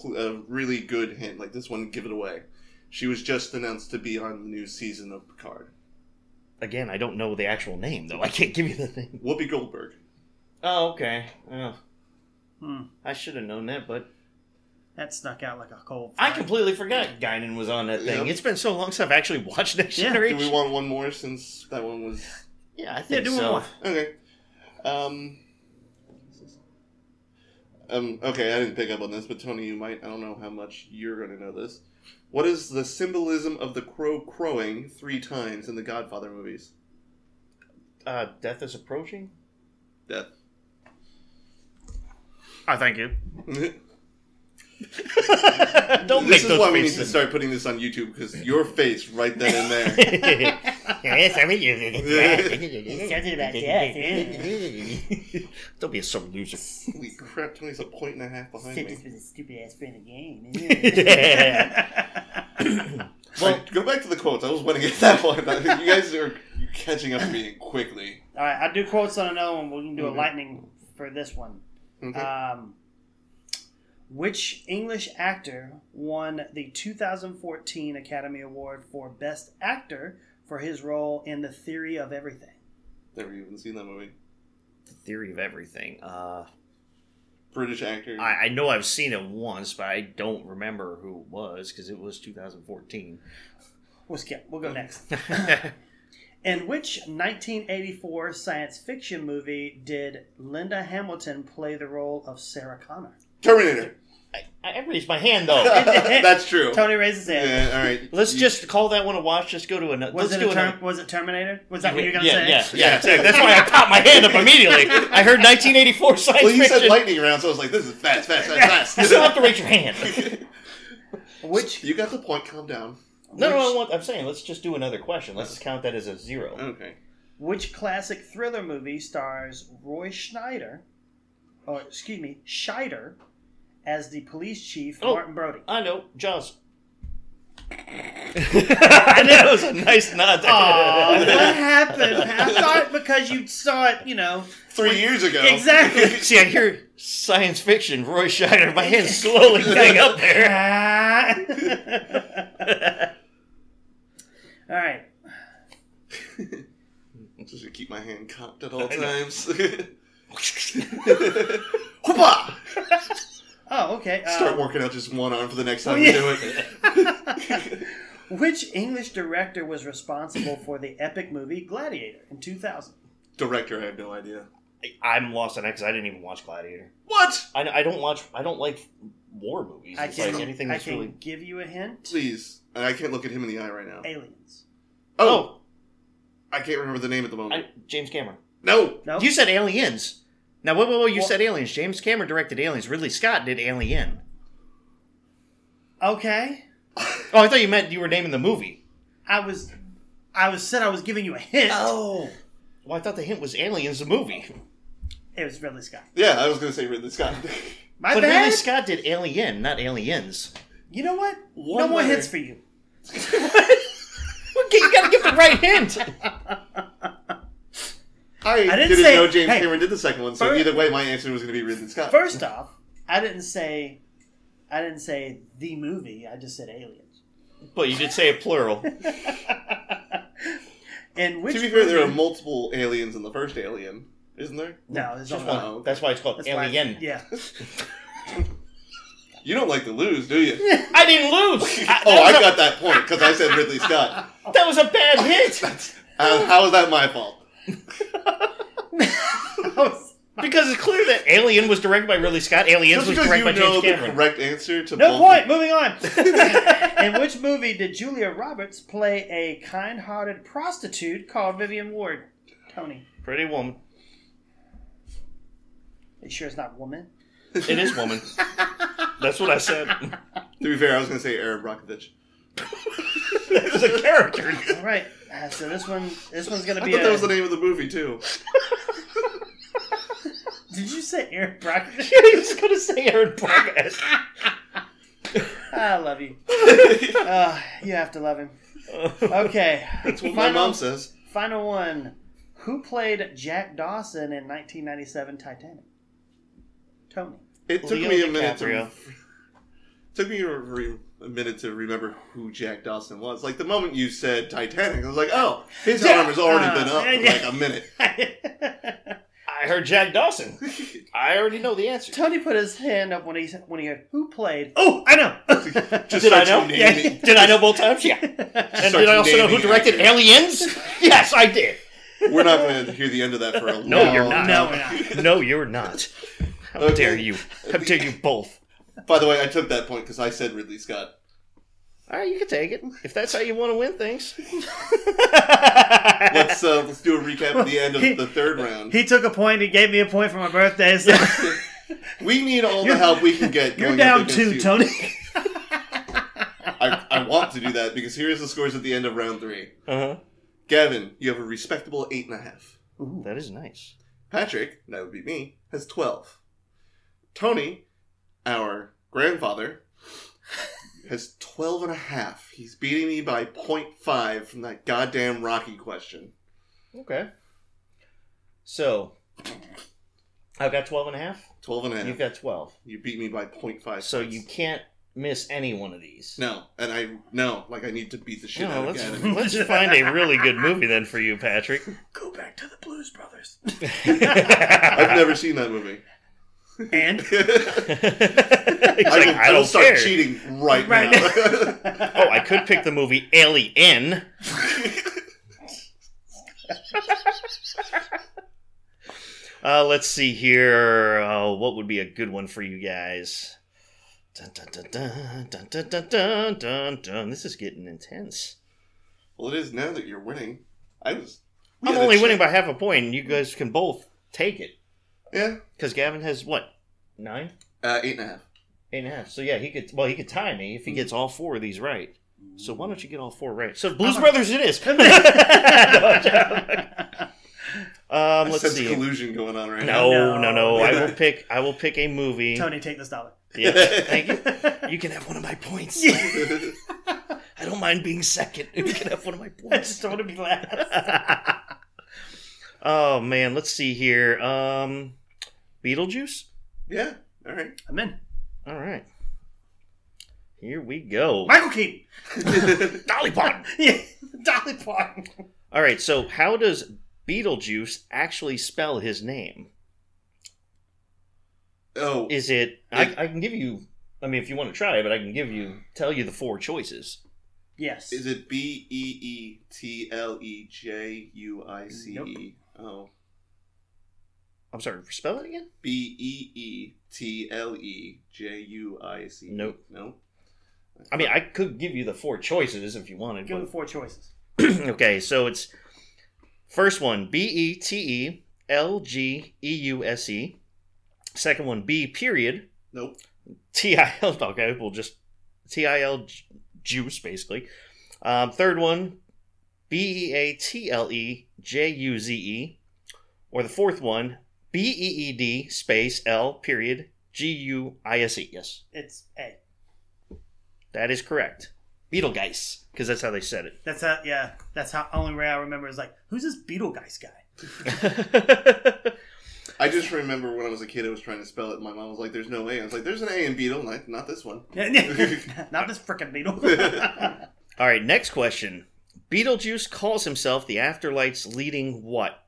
Speaker 3: cl- a really good hint like this one. Give it away. She was just announced to be on the new season of Picard.
Speaker 1: Again, I don't know the actual name though. I can't give you the name.
Speaker 3: Whoopi Goldberg.
Speaker 1: Oh okay. Oh,
Speaker 2: hmm,
Speaker 1: I should have known that, but
Speaker 2: that snuck out like a cold.
Speaker 1: I
Speaker 2: fly.
Speaker 1: completely forgot Guinan was on that thing.
Speaker 3: Yep.
Speaker 1: It's been so long since I've actually watched Next
Speaker 2: Yeah.
Speaker 3: Do
Speaker 1: Generation.
Speaker 3: we want one more since that one was
Speaker 1: Yeah, I
Speaker 2: Yeah,
Speaker 1: think
Speaker 2: do one
Speaker 1: so.
Speaker 2: more.
Speaker 3: okay? Um. Um, okay, I didn't pick up on this, but Tony, you might. I don't know how much you're going to know this. What is the symbolism of the crow crowing three times in the Godfather movies?
Speaker 1: Uh, death is approaching.
Speaker 3: Death.
Speaker 1: I thank you.
Speaker 3: this
Speaker 1: don't make
Speaker 3: is
Speaker 1: those
Speaker 3: why we need to
Speaker 1: faces.
Speaker 3: start putting this on YouTube because your face right then and there.
Speaker 1: yes, I mean,
Speaker 2: Something about death,
Speaker 1: Don't be a sore loser.
Speaker 3: Holy crap, Tony's a point and a half behind
Speaker 2: Said this
Speaker 3: me.
Speaker 2: was a stupid ass friend of game.
Speaker 1: Well,
Speaker 3: Like, go back to the quotes. I was wanting to get that one. You guys are you're catching up to me quickly.
Speaker 2: All right, I do quotes on another one. We can do
Speaker 3: Mhm.
Speaker 2: a lightning for this one.
Speaker 3: Okay.
Speaker 1: Uh,
Speaker 2: Um, which English actor won the 2014 Academy Award for Best Actor for his role in The Theory of Everything?
Speaker 3: Never even seen that movie.
Speaker 1: the theory of everything. Uh,
Speaker 3: British actor.
Speaker 1: I, I know I've seen it once, but I don't remember who it was because it was 2014.
Speaker 2: We'll skip. We'll go next.
Speaker 1: I
Speaker 2: In which 1984 science fiction movie did Linda Hamilton play the role of Sarah Connor?
Speaker 3: Terminator.
Speaker 1: I raised my hand though.
Speaker 3: That's true.
Speaker 2: Tony raises his hand.
Speaker 3: Yeah, all right.
Speaker 1: Let's
Speaker 3: You-
Speaker 1: just call that one a watch. Let's go to another.
Speaker 2: Was
Speaker 1: Let's
Speaker 2: it
Speaker 1: do
Speaker 2: a
Speaker 1: another.
Speaker 2: term, was it Terminator? Was that what you were gonna
Speaker 1: yeah,
Speaker 2: say?
Speaker 1: yeah, yeah,
Speaker 3: Yeah.
Speaker 1: exactly. That's why I popped my hand up immediately. I heard 1984 science
Speaker 3: Well, you
Speaker 1: fiction.
Speaker 3: said lightning round, so I was like, this is fast, fast, fast,
Speaker 1: you still have
Speaker 3: fast.
Speaker 1: to raise your hand.
Speaker 2: Which
Speaker 3: you got the point. Calm down.
Speaker 1: No, no,
Speaker 2: which,
Speaker 1: no, I want, I'm saying let's just do another question. Let's just count that as a zero.
Speaker 3: Okay.
Speaker 2: which classic thriller movie stars Roy Schneider, or excuse me, Scheider, as the police chief
Speaker 1: Oh.
Speaker 2: Martin Brody?
Speaker 1: I know, Jaws. I know, it was a nice nod. there. Oh.
Speaker 2: Aw, what happened? I thought because you saw it, you know.
Speaker 3: Three years ago.
Speaker 2: Exactly.
Speaker 1: See, I hear science fiction, Roy Scheider. My hand's slowly getting up there.
Speaker 2: All right.
Speaker 3: just to keep my hand cocked at all
Speaker 1: I know.
Speaker 3: times. Hoopa!
Speaker 2: Oh, okay. uh,
Speaker 3: Start working out just one arm for the next time
Speaker 2: Oh,
Speaker 3: we
Speaker 2: yeah.
Speaker 3: do it.
Speaker 2: Which English director was responsible for the epic movie Gladiator in 2000?
Speaker 3: Director, I have no idea.
Speaker 1: I'm lost on that because I didn't even watch Gladiator.
Speaker 3: What?
Speaker 1: I, I don't watch. I don't like war movies.
Speaker 2: I
Speaker 1: It's
Speaker 2: can,
Speaker 1: like anything
Speaker 2: I
Speaker 1: that's
Speaker 2: can
Speaker 1: really.
Speaker 2: give you a hint.
Speaker 3: Please. And I can't look at him in the eye right now.
Speaker 2: Aliens.
Speaker 3: Oh, I can't remember the name at the moment.
Speaker 1: Oh, I, James Cameron.
Speaker 3: no.
Speaker 2: No.
Speaker 1: You said Aliens. Now, whoa, whoa, whoa! You
Speaker 2: Well-
Speaker 1: said Aliens. James Cameron directed Aliens. Ridley Scott did Alien.
Speaker 2: okay.
Speaker 1: Oh, I thought you meant you were naming the movie.
Speaker 2: I was, I was said I was giving you a hint.
Speaker 1: Oh. Well, I thought the hint was Aliens, the movie.
Speaker 2: It was Ridley Scott.
Speaker 3: Yeah, I was going to say Ridley Scott.
Speaker 2: My
Speaker 1: but
Speaker 2: bad.
Speaker 1: Ridley Scott did Alien, not Aliens.
Speaker 2: you know what?
Speaker 3: One
Speaker 2: no more
Speaker 3: letter.
Speaker 2: hints for you.
Speaker 1: Okay, you gotta give the right hint.
Speaker 3: I,
Speaker 2: didn't
Speaker 3: didn't,
Speaker 2: say-
Speaker 3: know James
Speaker 2: hey.
Speaker 3: Cameron did the second one, so
Speaker 2: First-
Speaker 3: either way, my answer was going to be Ridley Scott.
Speaker 2: First off, I didn't say, I didn't say the movie. I just said aliens.
Speaker 1: But you did say it plural.
Speaker 2: And which
Speaker 3: to be fair, there are
Speaker 2: movie-
Speaker 3: multiple aliens in the first Alien, isn't there?
Speaker 2: no, there's
Speaker 1: Just
Speaker 2: only
Speaker 1: one. That's why it's called
Speaker 2: That's why-
Speaker 1: Alien.
Speaker 2: yeah.
Speaker 3: You don't like to lose, do you?
Speaker 1: I didn't lose. I,
Speaker 3: oh,
Speaker 1: that,
Speaker 3: I
Speaker 1: was
Speaker 3: got that point because I said Ridley Scott.
Speaker 1: a, that was a bad hit
Speaker 3: How- how is that my fault?
Speaker 1: because it's clear that Alien was directed by Ridley Scott. Aliens
Speaker 3: Just
Speaker 1: was
Speaker 3: because
Speaker 1: directed
Speaker 3: you
Speaker 1: by
Speaker 3: know
Speaker 1: James
Speaker 3: the
Speaker 1: Cameron.
Speaker 3: correct answer to
Speaker 2: No
Speaker 3: both-
Speaker 2: point. Moving on. In which movie did Julia Roberts play a kind-hearted prostitute called Vivian Ward? Tony,
Speaker 1: Pretty woman.
Speaker 2: it sure is not woman.
Speaker 1: It is woman. That's what I said.
Speaker 3: To be fair, I was going to say Arab Rokovich.
Speaker 1: it was a character.
Speaker 2: All right. Uh, so this one, this one's gonna
Speaker 3: I
Speaker 2: be.
Speaker 3: thought
Speaker 2: a-
Speaker 3: that was the name of the movie too.
Speaker 2: Did you say Aaron Brockovich?
Speaker 1: he was going to say Aaron Parkas.
Speaker 2: I love you. Uh, you have to love him. Okay.
Speaker 3: That's what my
Speaker 2: final,
Speaker 3: mom says.
Speaker 2: Final one. Who played Jack Dawson in 1997 Titanic? Tony.
Speaker 3: It took
Speaker 1: Leo
Speaker 3: me a minute to
Speaker 1: DiCaprio.
Speaker 3: took me a, re- a minute to remember who Jack Dawson was. Like the moment you said Titanic, I was like, oh, his
Speaker 2: Yeah.
Speaker 3: arm has already
Speaker 2: Uh,
Speaker 3: been up for
Speaker 2: yeah.
Speaker 3: like a minute.
Speaker 1: I heard Jack Dawson. I already know the answer.
Speaker 2: Tony put his hand up when he said- when he heard who played. Oh, I know.
Speaker 3: Just
Speaker 1: Did I
Speaker 3: starts
Speaker 1: know?
Speaker 3: naming-
Speaker 1: Did I know both times? Yeah. And
Speaker 3: Start
Speaker 1: did I also know who
Speaker 3: naming
Speaker 1: directed
Speaker 3: actors.
Speaker 1: Aliens? Yes, I did.
Speaker 3: We're not going to hear the end of that for a
Speaker 1: No,
Speaker 3: long
Speaker 1: you're not.
Speaker 2: No,
Speaker 3: time.
Speaker 2: we're not.
Speaker 1: No, you're not. How
Speaker 3: Okay.
Speaker 1: dare you? How dare you both?
Speaker 3: By the way, I took that point because I said Ridley Scott.
Speaker 1: All right, you can take it if that's how you want to win things.
Speaker 3: Let's uh, let's do a recap at the end of the third round.
Speaker 2: He took a point. He gave me a point for my birthday. So
Speaker 3: We need all the
Speaker 2: You're-
Speaker 3: help we can get.
Speaker 2: you're
Speaker 3: going
Speaker 2: down
Speaker 3: up against
Speaker 2: two,
Speaker 3: you.
Speaker 2: Tony.
Speaker 3: I, I want to do that because here's the scores at the end of round three.
Speaker 1: Uh-huh.
Speaker 3: Gavin, you have a respectable eight and a half.
Speaker 2: Ooh,
Speaker 1: That is nice.
Speaker 3: Patrick, that would be me, has twelve. Tony, our grandfather, has twelve and a half. He's beating me by 0.5 from that goddamn Rocky question.
Speaker 1: Okay. So, I've got 12 and a half.
Speaker 3: Twelve and a half.
Speaker 1: You've got 12.
Speaker 3: you beat me by 0.5.
Speaker 1: So
Speaker 3: points.
Speaker 1: you can't miss any one of these.
Speaker 3: No, and I no, like I need to beat the shit
Speaker 1: No,
Speaker 3: out of
Speaker 1: let's,
Speaker 3: Gavin.
Speaker 1: let's find a really good movie then for you, Patrick.
Speaker 2: go back to the Blues Brothers.
Speaker 3: I've
Speaker 1: I've
Speaker 3: never seen that movie.
Speaker 2: And
Speaker 1: I,
Speaker 3: I will,
Speaker 1: like, I
Speaker 3: will
Speaker 1: don't
Speaker 3: start
Speaker 1: care.
Speaker 3: cheating right,
Speaker 2: Right
Speaker 3: now.
Speaker 1: Oh, I could pick the movie Alien. Uh, let's see here. Uh, what would be a good one for you guys? Dun, dun, dun, dun, dun, dun, dun, dun, dun, dun. This is getting intense.
Speaker 3: well, it is now that you're winning. I was. we
Speaker 1: I'm
Speaker 3: had a
Speaker 1: only
Speaker 3: ch-
Speaker 1: winning by half a point, and you guys can both take it.
Speaker 3: Yeah,
Speaker 1: Because Gavin has, what, nine?
Speaker 3: uh, eight and a half.
Speaker 1: Eight and a half. So yeah, he could. Well, he could tie me if
Speaker 3: Mm.
Speaker 1: he gets all four of these right. So why don't you get all four right? So Blues
Speaker 2: I'm a-
Speaker 1: Brothers, it is. um,
Speaker 3: I
Speaker 1: let's
Speaker 3: sense
Speaker 1: see.
Speaker 3: collusion going on right now.
Speaker 1: No, no, no.
Speaker 2: No.
Speaker 1: I will pick. I will pick a movie.
Speaker 2: Tony, take this dollar.
Speaker 1: Yeah, thank you. You can have one of my points. I don't mind being second. You can have one of my
Speaker 2: I
Speaker 1: points.
Speaker 2: just don't want to be last.
Speaker 1: oh man, let's see here. Um, Beetlejuice.
Speaker 3: yeah, all right.
Speaker 2: I'm in.
Speaker 1: All right, here we go.
Speaker 2: Michael Keaton.
Speaker 1: Dolly Parton.
Speaker 2: Yeah, Dolly Parton.
Speaker 1: All right, so how does Beetlejuice actually spell his name?
Speaker 3: oh,
Speaker 1: Is it? I, I can give you. I mean, if you want to try, but I can give you tell you the four choices.
Speaker 2: Yes.
Speaker 3: is it B E E T L E J U I C E? Oh,
Speaker 1: I'm sorry, spell it again.
Speaker 3: B E E T L E J U I C. E.
Speaker 1: Nope.
Speaker 3: No.
Speaker 1: I mean, I could give you the four choices if you wanted.
Speaker 2: Give
Speaker 1: but-
Speaker 2: him four choices.
Speaker 1: okay, so it's first one B E T E L G E U S E. Second one B period
Speaker 3: Nope.
Speaker 1: T I L. Okay, we'll just T I L ju- juice basically. Um, third one B E A T L E J U Z E, or the fourth one B E E D space L period G U I S E. Yes,
Speaker 2: It's A.
Speaker 1: that is correct. Beetlegeist, because that's how they said it.
Speaker 2: That's how. Yeah. That's how. Only way I remember is like, who's this Beetlegeist guy?
Speaker 3: I just remember when I was a kid, I was trying to spell it. And my mom was like, "There's no way." I was like, "There's an A in Beetle, not, not this one."
Speaker 2: Not this frickin' Beetle.
Speaker 1: All right, next question. Beetlejuice calls himself the Afterlight's leading what?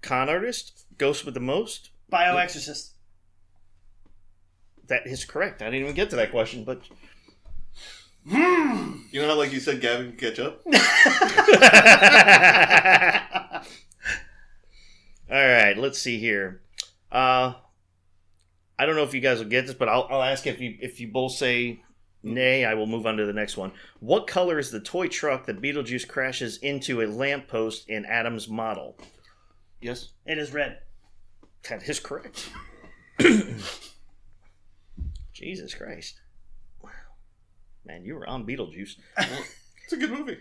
Speaker 1: Con artist? Ghost with the most?
Speaker 2: Bioexorcist.
Speaker 1: that is correct. I didn't even get to that question, but
Speaker 2: Hmm.
Speaker 3: You know how, like you said, Gavin can catch up?
Speaker 1: All right, let's see here. Uh, I don't know if you guys will get this, but I'll, I'll ask if you if you both say nay, I will move on to the next one. What color is the toy truck that Beetlejuice crashes into a lamppost in Adam's model?
Speaker 3: Yes.
Speaker 2: It is red.
Speaker 1: That is correct. Jesus Christ. Wow. Man, you were on Beetlejuice.
Speaker 3: It's a good movie.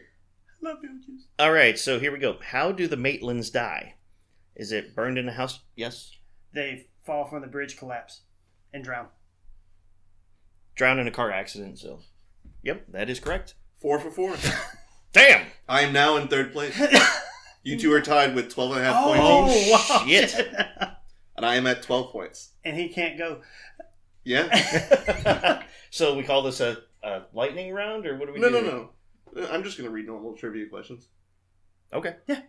Speaker 2: Love Beetlejuice.
Speaker 1: All right, so here we go. How do the Maitlands die? Is it burned in a house? Yes.
Speaker 2: They fall from the bridge, collapse, and drown.
Speaker 1: Drowned in a car accident, so. Yep, that is correct.
Speaker 3: Four for four.
Speaker 1: Damn!
Speaker 3: I am now in third place. You two are tied with 12 and a half
Speaker 2: Oh.
Speaker 3: points each,
Speaker 1: Oh, shit.
Speaker 3: and I am at 12 points.
Speaker 2: and he can't go.
Speaker 3: Yeah?
Speaker 1: so we call this a, a lightning round, or what do we
Speaker 3: No,
Speaker 1: do?
Speaker 3: no, no. I'm just going to read normal trivia questions.
Speaker 1: Okay.
Speaker 2: Yeah.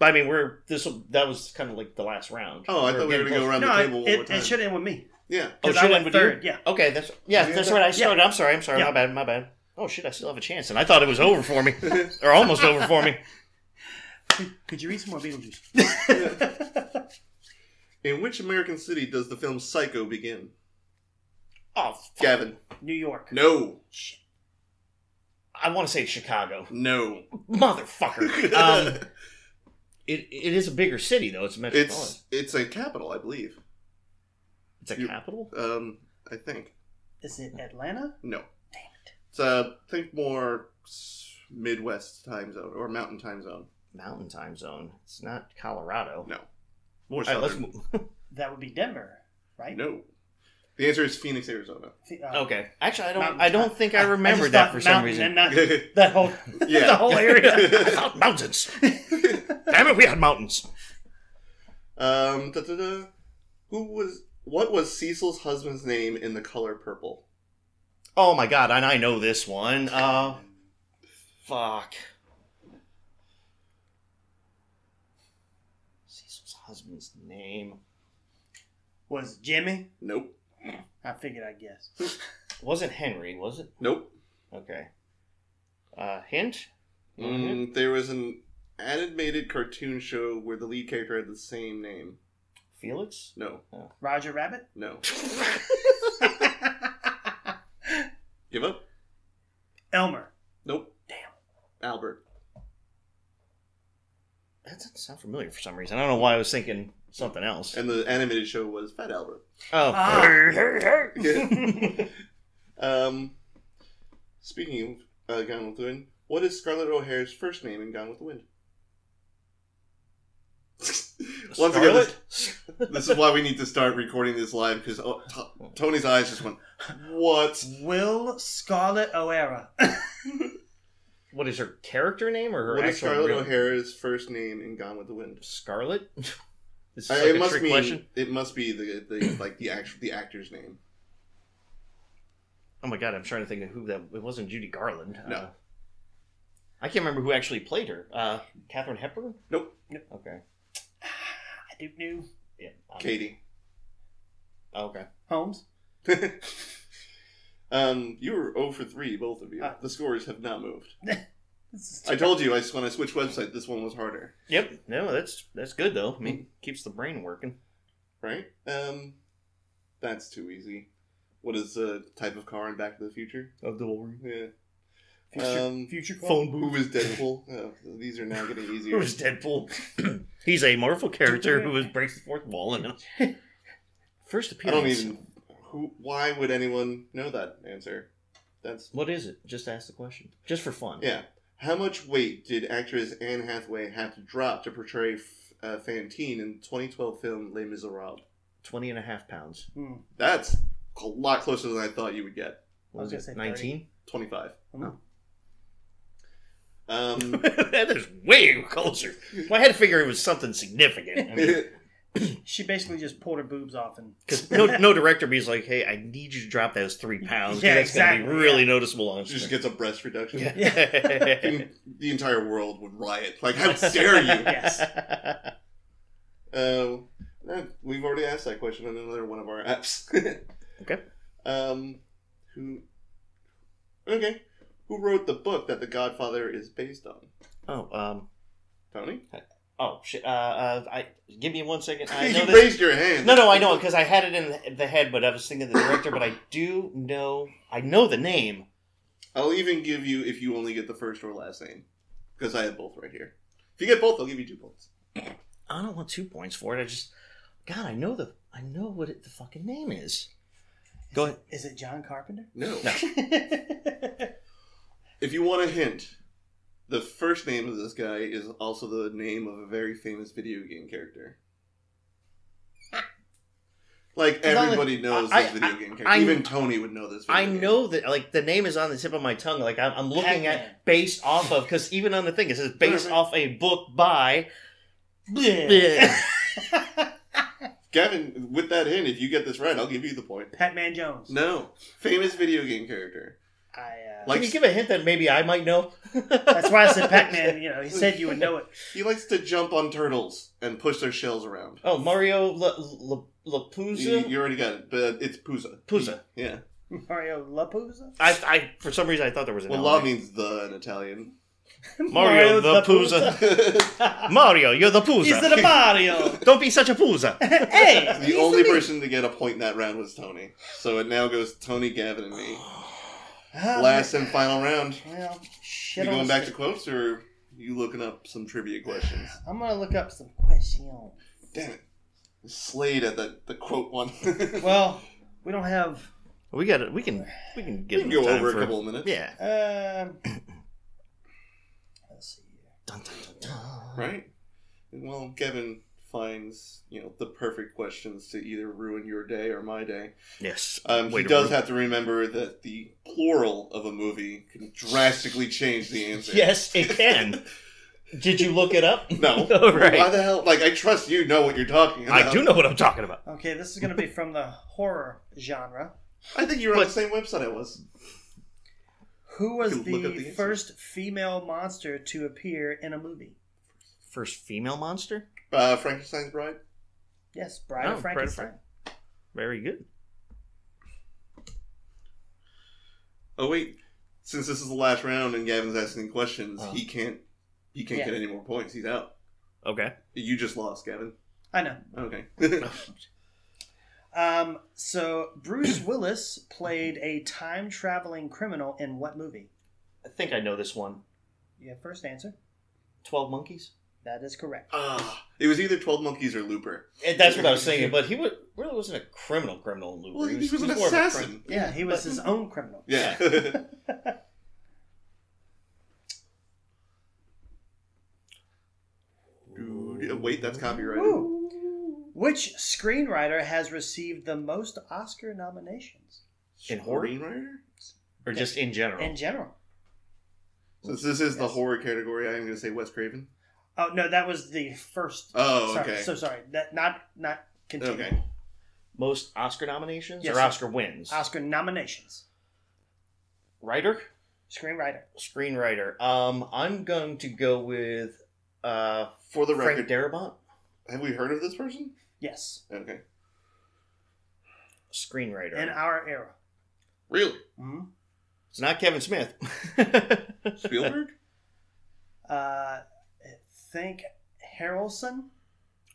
Speaker 1: But I mean, we're this. That was kind of like the last round.
Speaker 3: Oh, I thought we were
Speaker 1: getting close.
Speaker 3: going to go around
Speaker 2: No,
Speaker 3: the table one more
Speaker 2: it,
Speaker 3: time.
Speaker 2: it should end with me.
Speaker 3: Yeah.
Speaker 1: Oh,
Speaker 2: Because
Speaker 1: should
Speaker 2: I
Speaker 1: I
Speaker 2: went
Speaker 1: would do
Speaker 2: third.
Speaker 1: it?
Speaker 2: Yeah.
Speaker 1: Okay, that's yeah,
Speaker 3: Yeah.
Speaker 1: that's right. I started. I'm sorry. I'm sorry.
Speaker 2: Yeah.
Speaker 1: My bad. My bad. Oh shit! I still have a chance, and I thought it was over for me, or almost over for me.
Speaker 2: Could, could you read some more Beetlejuice?
Speaker 3: In which American city does the film Psycho begin?
Speaker 1: Oh, fuck.
Speaker 3: Gavin.
Speaker 2: New York.
Speaker 3: No.
Speaker 1: Shit. I want to say it's Chicago,
Speaker 3: No.
Speaker 1: motherfucker. um, it it is a bigger city though. It's a metropolitan.
Speaker 3: it's
Speaker 1: It's,
Speaker 3: it's a capital, I believe.
Speaker 1: a
Speaker 3: you-
Speaker 1: capital.
Speaker 3: Um, I think.
Speaker 2: Is it Atlanta?
Speaker 3: No.
Speaker 2: Damn
Speaker 3: It's uh, think more s- Midwest time zone or Mountain time zone.
Speaker 1: Mountain time zone. It's not Colorado.
Speaker 3: No. More
Speaker 1: All right, let's
Speaker 3: southern.
Speaker 1: move.
Speaker 2: That would be Denver, right?
Speaker 3: No. The answer is Phoenix, Arizona.
Speaker 2: Th- uh,
Speaker 1: Okay. Actually, I don't.
Speaker 2: Mountain
Speaker 1: I don't
Speaker 2: time.
Speaker 1: think I remember
Speaker 2: just
Speaker 1: that
Speaker 2: thought
Speaker 1: for some
Speaker 2: mountain
Speaker 1: reason.
Speaker 2: and not that whole.
Speaker 1: the
Speaker 3: yeah.
Speaker 1: whole area. I thought mountains. Damn it, we had mountains.
Speaker 3: Um. Da, da, da. Who was? What was Cecil's husband's name in The Color Purple?
Speaker 1: Oh my god, and I know this one. Uh, fuck. Cecil's husband's name
Speaker 2: was Jimmy?
Speaker 3: Nope.
Speaker 2: I figured I'd guess.
Speaker 1: wasn't Henry, was it?
Speaker 3: Nope.
Speaker 1: Okay. Uh, hint. Mm-hmm.
Speaker 3: Mm, there was an animated cartoon show where the lead character had the same name.
Speaker 1: Felix.
Speaker 3: No.
Speaker 2: Roger Rabbit?
Speaker 3: No. Give up.
Speaker 2: Elmer.
Speaker 3: Nope.
Speaker 2: Damn.
Speaker 3: Albert.
Speaker 1: That doesn't sound familiar for some reason. I don't know why I was thinking something else.
Speaker 3: And the animated show was Fat Albert.
Speaker 1: Oh.
Speaker 2: Ah.
Speaker 3: Um, speaking of uh, Gone with the Wind, what is Scarlett O'Hara's first name in Gone with the Wind? Once again,
Speaker 1: Scarlet?
Speaker 3: this, this is why we need to start recording this live because oh, T- Tony's eyes just went, "What?"
Speaker 2: Will Scarlett O'Hara.
Speaker 1: What is her character name or her
Speaker 3: What is
Speaker 1: actual
Speaker 3: Scarlett
Speaker 1: real-
Speaker 3: O'Hara's first name in Gone with the Wind?
Speaker 1: Scarlet? This is
Speaker 3: I-
Speaker 1: like
Speaker 3: Uh, it
Speaker 1: a
Speaker 3: must
Speaker 1: trick
Speaker 3: mean
Speaker 1: question.
Speaker 3: it must be the, the like the actual the actor's name.
Speaker 1: Oh my god, I'm trying to think of who that. It wasn't Judy Garland.
Speaker 3: No.
Speaker 1: Uh, I can't remember who actually played her. Uh, Catherine Hepburn.
Speaker 3: Nope.
Speaker 1: Okay.
Speaker 2: I do know.
Speaker 1: Yeah.
Speaker 3: Katie.
Speaker 1: Oh, okay.
Speaker 2: Holmes?
Speaker 3: um, you were 0 for three, both of you.
Speaker 2: Ah.
Speaker 3: the scores have not moved.
Speaker 2: This is-
Speaker 3: I told you I, when I switched website, this one was harder,
Speaker 1: Yep. No, that's that's good though. I
Speaker 3: Mm-hmm.
Speaker 1: mean, keeps the brain working.
Speaker 3: right? Um, that's too easy. What is the type of car in Back to the Future?
Speaker 1: Of the Wolverine.
Speaker 3: Yeah.
Speaker 2: Future,
Speaker 3: um,
Speaker 2: future call.
Speaker 1: Phone
Speaker 3: Who
Speaker 1: booth.
Speaker 3: is Deadpool? oh, these are now getting
Speaker 1: Who
Speaker 3: easier.
Speaker 1: is Deadpool? He's a Marvel character who is, breaks the fourth wall and first
Speaker 3: I
Speaker 1: appearance.
Speaker 3: don't even. Who? Why would anyone know that answer? That's
Speaker 1: What is it? Just ask the question, just for fun.
Speaker 3: yeah. How much weight did actress Anne Hathaway have to drop to portray F- uh, Fantine in the 2012 film Les Miserables?
Speaker 1: 20 and a half pounds.
Speaker 2: Hmm.
Speaker 3: That's a lot closer than I thought you would get.
Speaker 1: What
Speaker 2: I
Speaker 1: was
Speaker 2: was
Speaker 1: it?
Speaker 2: gonna say
Speaker 1: 19?
Speaker 3: 25.
Speaker 2: No.
Speaker 3: Um,
Speaker 1: that is way closer. Well, I had to figure it was something significant. I mean,
Speaker 2: She basically just pulled her boobs off and.
Speaker 1: Because no, no director be like, hey, I need you to drop those three pounds. 'cause
Speaker 2: Yeah,
Speaker 1: that's going to
Speaker 2: exactly,
Speaker 1: be really
Speaker 2: yeah.
Speaker 1: noticeable on
Speaker 3: She just
Speaker 1: screen.
Speaker 3: gets a breast reduction.
Speaker 1: Yeah.
Speaker 3: And the entire world would riot. Like, how dare you?
Speaker 2: Yes.
Speaker 3: Um, Uh, eh, we've already asked that question on another one of our apps.
Speaker 1: Okay.
Speaker 3: Um, who? Okay, who wrote the book that The Godfather is based on?
Speaker 1: Oh, um,
Speaker 3: Tony,
Speaker 1: oh, shit. Uh, uh, I give me one second. I know
Speaker 3: you
Speaker 1: this.
Speaker 3: raised your hand.
Speaker 1: No, no, I know it because I had it in the- the head, but I was thinking of the director. But I do know, I know the name.
Speaker 3: I'll even give you if you only get the first or last name, because I have both right here. If you get both, I'll give you two points.
Speaker 1: I don't want two points for it. I just, God, I know the, I know what it, the fucking name is. Go ahead.
Speaker 2: Is it John Carpenter?
Speaker 3: No.
Speaker 1: No.
Speaker 3: If you want a hint, the first name of this guy is also the name of a very famous video game character. Like
Speaker 1: Not like-
Speaker 3: everybody knows
Speaker 1: I-
Speaker 3: this video
Speaker 1: I-
Speaker 3: game character.
Speaker 1: I-
Speaker 3: even Tony would know this. Video
Speaker 1: I
Speaker 3: game.
Speaker 1: know that, like, the name is on the tip of my tongue. Like, I'm, I'm looking
Speaker 2: Pac-Man.
Speaker 1: at based off of, because even on the thing, it says based
Speaker 3: Perfect.
Speaker 1: off a book by.
Speaker 2: Bleh.
Speaker 3: Gavin. With that hint, if you get this right, I'll give you the point.
Speaker 2: Pac-Man Jones.
Speaker 3: No, famous video game character.
Speaker 2: I, uh,
Speaker 3: Like-
Speaker 1: Can you give a hint that maybe I might know?
Speaker 2: that's why I said Pac-Man. You know, he said you would know it.
Speaker 3: He likes to jump on turtles and push their shells around.
Speaker 1: Oh, Mario La La
Speaker 3: You,
Speaker 1: Puza.
Speaker 3: you already got it, but it's Puza.
Speaker 1: Puza.
Speaker 3: Yeah.
Speaker 2: Mario Lapuza.
Speaker 1: I, I, for some reason, I thought there was an
Speaker 3: Well,
Speaker 1: L
Speaker 3: La
Speaker 1: there.
Speaker 3: means the in Italian.
Speaker 1: Mario the Puza.
Speaker 3: the
Speaker 1: Mario, you're the
Speaker 2: Is
Speaker 1: Puza.
Speaker 2: it a Mario?
Speaker 1: Don't be such a Puza.
Speaker 2: hey, he's
Speaker 3: only
Speaker 2: me.
Speaker 3: person to get a point in that round was Tony. So it now goes Tony, Gavin, and me.
Speaker 2: Ah,
Speaker 3: Last and final round.
Speaker 2: Well,
Speaker 3: You
Speaker 2: shit. on
Speaker 3: going
Speaker 2: the
Speaker 3: back to
Speaker 2: stick.
Speaker 3: quotes or you looking up some trivia questions?
Speaker 2: I'm gonna look up some questions.
Speaker 3: Damn it. Slade at the, the quote one.
Speaker 2: Well, we don't have.
Speaker 1: We got it. We can. We can
Speaker 3: we
Speaker 1: give
Speaker 3: can
Speaker 1: them
Speaker 3: go
Speaker 1: time
Speaker 3: over
Speaker 1: for-
Speaker 3: a couple of minutes.
Speaker 1: Yeah.
Speaker 2: Um, let's see. here.
Speaker 1: Dun, dun, dun, dun.
Speaker 3: Right? Well, Gavin finds, you know, the perfect questions to either ruin your day or my day.
Speaker 1: Yes.
Speaker 3: Um,
Speaker 1: Way
Speaker 3: he
Speaker 1: to
Speaker 3: does
Speaker 1: ruin-
Speaker 3: have to remember that the plural of a movie can drastically change the answer.
Speaker 1: Yes, it can. Did you look it up?
Speaker 3: No.
Speaker 1: All right.
Speaker 3: Why the hell? Like, I trust you know what you're talking about.
Speaker 1: I do know what I'm talking about.
Speaker 2: Okay, this is gonna be from the horror genre.
Speaker 3: I think you were on
Speaker 1: But-
Speaker 3: the same website I was.
Speaker 2: Who was
Speaker 3: You look up the
Speaker 2: the
Speaker 3: answer.
Speaker 2: first female monster to appear in a movie?
Speaker 1: First female monster.
Speaker 3: Uh, Frankenstein's Bride.
Speaker 2: Yes, Bride
Speaker 1: Oh,
Speaker 2: of
Speaker 1: Bride of
Speaker 2: Frankenstein.
Speaker 1: Very good.
Speaker 3: Oh wait, since this is the last round and Gavin's asking questions,
Speaker 1: Oh.
Speaker 3: he can't. He can't
Speaker 2: Yeah.
Speaker 3: get any more points. He's out.
Speaker 1: Okay.
Speaker 3: You just lost, Gavin.
Speaker 2: I know.
Speaker 3: Okay.
Speaker 2: Um, so Bruce Willis played a time traveling criminal in what movie?
Speaker 1: I think I know this one.
Speaker 2: You have first answer.
Speaker 1: Twelve Monkeys.
Speaker 2: That is correct.
Speaker 3: Ah, it was either Twelve Monkeys or Looper.
Speaker 1: Eh, That's what I was thinking. But he wa- really wasn't a criminal. Criminal. in Looper.
Speaker 3: Well, he was, an
Speaker 1: more of a
Speaker 3: assassin.
Speaker 2: Yeah, he was his own criminal.
Speaker 3: Yeah. Dude, wait, that's copyrighted.
Speaker 2: Woo. Which screenwriter has received the most Oscar nominations
Speaker 1: In horror?
Speaker 3: Screenwriter?
Speaker 1: Or just in general.
Speaker 2: in general?
Speaker 3: Since this is the
Speaker 2: Yes.
Speaker 3: horror category, I'm going to say Wes Craven.
Speaker 2: Oh no, that was the first.
Speaker 3: Oh,
Speaker 2: sorry,
Speaker 3: okay.
Speaker 2: So sorry. That not not continue.
Speaker 3: Okay.
Speaker 1: Most Oscar nominations
Speaker 2: Yes,
Speaker 1: or
Speaker 2: sir.
Speaker 1: Oscar wins.
Speaker 2: Oscar nominations.
Speaker 1: Writer.
Speaker 2: Screenwriter.
Speaker 1: Screenwriter. Um, I'm going to go with uh
Speaker 3: For the
Speaker 1: Frank
Speaker 3: record,
Speaker 1: Darabont.
Speaker 3: have we heard of this person?
Speaker 2: Yes.
Speaker 3: Okay.
Speaker 1: Screenwriter.
Speaker 3: uh,
Speaker 2: In our era.
Speaker 3: Really?
Speaker 2: hmm
Speaker 1: It's not Kevin Smith.
Speaker 3: Spielberg?
Speaker 2: Uh, I think Harrelson.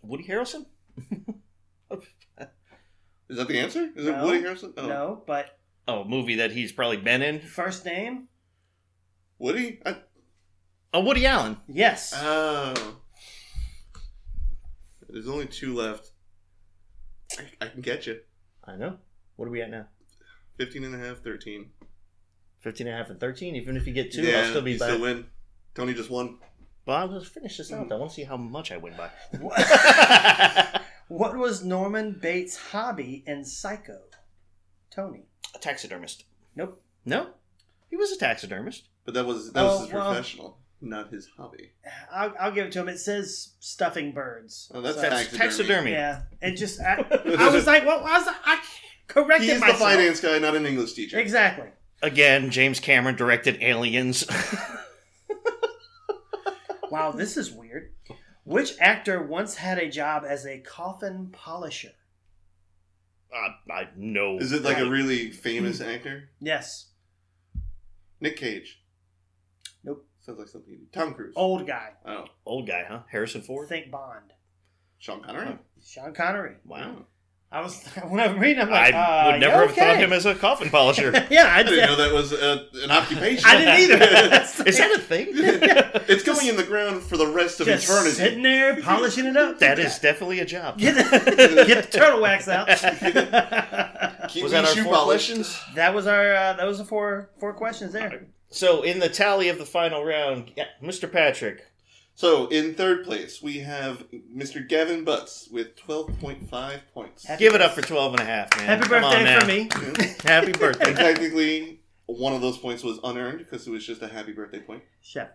Speaker 1: Woody Harrelson?
Speaker 3: Is that the answer? Is it
Speaker 2: No.
Speaker 3: Woody Harrelson? Oh.
Speaker 2: No, but
Speaker 1: Oh, a movie that he's probably been in.
Speaker 2: first name.
Speaker 3: Woody? I...
Speaker 1: Oh, Woody Allen.
Speaker 2: Yes.
Speaker 3: Oh. There's only two left. I, I can get you.
Speaker 1: I know. What are we at now?
Speaker 3: 15 and a half, 13.
Speaker 1: 15 and a half and 13. Even if you get two, I'll
Speaker 3: Yeah,
Speaker 1: still be
Speaker 3: you
Speaker 1: back.
Speaker 3: still Hmm. win. Tony just won.
Speaker 1: but I'll just finish this out. I want to see how much I win by.
Speaker 2: what was Norman Bates' hobby in Psycho? Tony.
Speaker 1: a taxidermist.
Speaker 2: Nope.
Speaker 1: No? He was a taxidermist.
Speaker 3: But that was that
Speaker 2: Oh,
Speaker 3: was his
Speaker 2: well.
Speaker 3: professional, not his hobby.
Speaker 2: I'll, I'll give it to him. It says stuffing birds.
Speaker 3: Oh, that's
Speaker 2: So-
Speaker 1: That's
Speaker 3: Taxidermy.
Speaker 1: taxidermy.
Speaker 2: yeah. It just I, I was like, what was I- I? Corrected
Speaker 3: He is the
Speaker 2: myself.
Speaker 3: finance guy, not an English teacher.
Speaker 2: Exactly.
Speaker 1: Again, James Cameron directed Aliens.
Speaker 2: Wow, this is weird. Which actor once had a job as a coffin polisher?
Speaker 1: Uh, I I no.
Speaker 3: Is it like a
Speaker 2: Right.
Speaker 3: really famous actor?
Speaker 2: Yes.
Speaker 3: Nick Cage.
Speaker 2: Nope.
Speaker 3: Sounds like something. you'd- Tom Cruise.
Speaker 2: Old guy.
Speaker 3: Oh,
Speaker 1: old guy, huh? Harrison Ford.
Speaker 2: Think Bond.
Speaker 3: Sean Connery.
Speaker 1: Oh.
Speaker 2: Sean Connery.
Speaker 1: Wow.
Speaker 2: I was when I'm reading, I'm
Speaker 1: I
Speaker 2: like, uh,
Speaker 1: would never
Speaker 2: yeah,
Speaker 1: have thought
Speaker 2: okay.
Speaker 1: him as a coffin polisher.
Speaker 2: yeah, I
Speaker 3: I didn't
Speaker 2: did.
Speaker 3: know that was uh, an occupation.
Speaker 2: I didn't either.
Speaker 1: Is that a thing?
Speaker 3: it's going in the ground for the rest of
Speaker 2: Just
Speaker 3: eternity.
Speaker 2: sitting there polishing it up.
Speaker 1: that is definitely a job.
Speaker 2: Get the, get the turtle wax out.
Speaker 3: Keep
Speaker 1: Was
Speaker 3: me
Speaker 1: that our
Speaker 3: shoe
Speaker 1: four
Speaker 3: polish.
Speaker 1: questions?
Speaker 2: that was our. Uh, that was the four four questions there.
Speaker 1: So in the tally of the final round, yeah, Mr. Patrick,
Speaker 3: So in third place we have Mr. Gavin Butts with twelve point five points.
Speaker 2: Happy-
Speaker 1: give it up for 12 and a half, man.
Speaker 2: Happy
Speaker 1: Come on
Speaker 2: birthday
Speaker 1: now.
Speaker 2: for me.
Speaker 1: Happy
Speaker 3: and
Speaker 1: birthday.
Speaker 3: technically, one of those points was unearned because it was just a happy birthday point.
Speaker 2: Chef.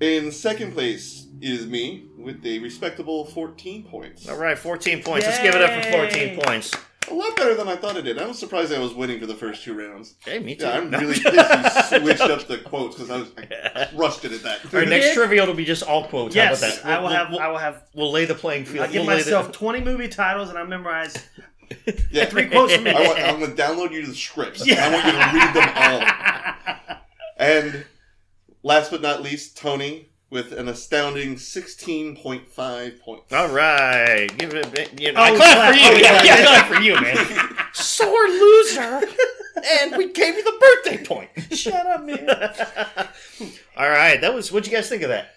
Speaker 3: In second place is me with a respectable fourteen points.
Speaker 1: All right, 14 points. Let's give it up for 14
Speaker 2: Yay.
Speaker 1: points.
Speaker 3: A lot better than I thought it did. I was surprised I was winning for the first two rounds.
Speaker 1: Hey, me too.
Speaker 3: Yeah, I'm
Speaker 1: No.
Speaker 3: really pissed you switched up the quotes because I was I rushed it at that.
Speaker 1: All right, next
Speaker 2: Yeah.
Speaker 1: trivia will be just all quotes. How about
Speaker 2: Yes,
Speaker 1: that?
Speaker 2: I will
Speaker 1: We'll-
Speaker 2: have.
Speaker 1: We'll,
Speaker 2: I will have.
Speaker 1: we'll lay the playing field.
Speaker 2: I give
Speaker 1: We'll lay the-
Speaker 2: myself twenty movie titles and I memorize
Speaker 3: Yeah.
Speaker 2: three quotes from
Speaker 3: I
Speaker 2: each.
Speaker 3: want, I'm going to download you the scripts.
Speaker 2: Yeah.
Speaker 3: I want you to read them all. And last but not least, Tony with an astounding 16.5 points.
Speaker 1: All right, give it a bit. You know,
Speaker 2: Oh,
Speaker 1: I
Speaker 2: we
Speaker 1: clap
Speaker 2: clap.
Speaker 1: for
Speaker 2: Oh,
Speaker 1: you.
Speaker 2: we
Speaker 1: Yeah,
Speaker 2: clap.
Speaker 1: yeah, I clap for you, man. Sore loser, and we gave you the birthday point.
Speaker 2: Shut up, man.
Speaker 1: All right, that was. What'd you guys think of that?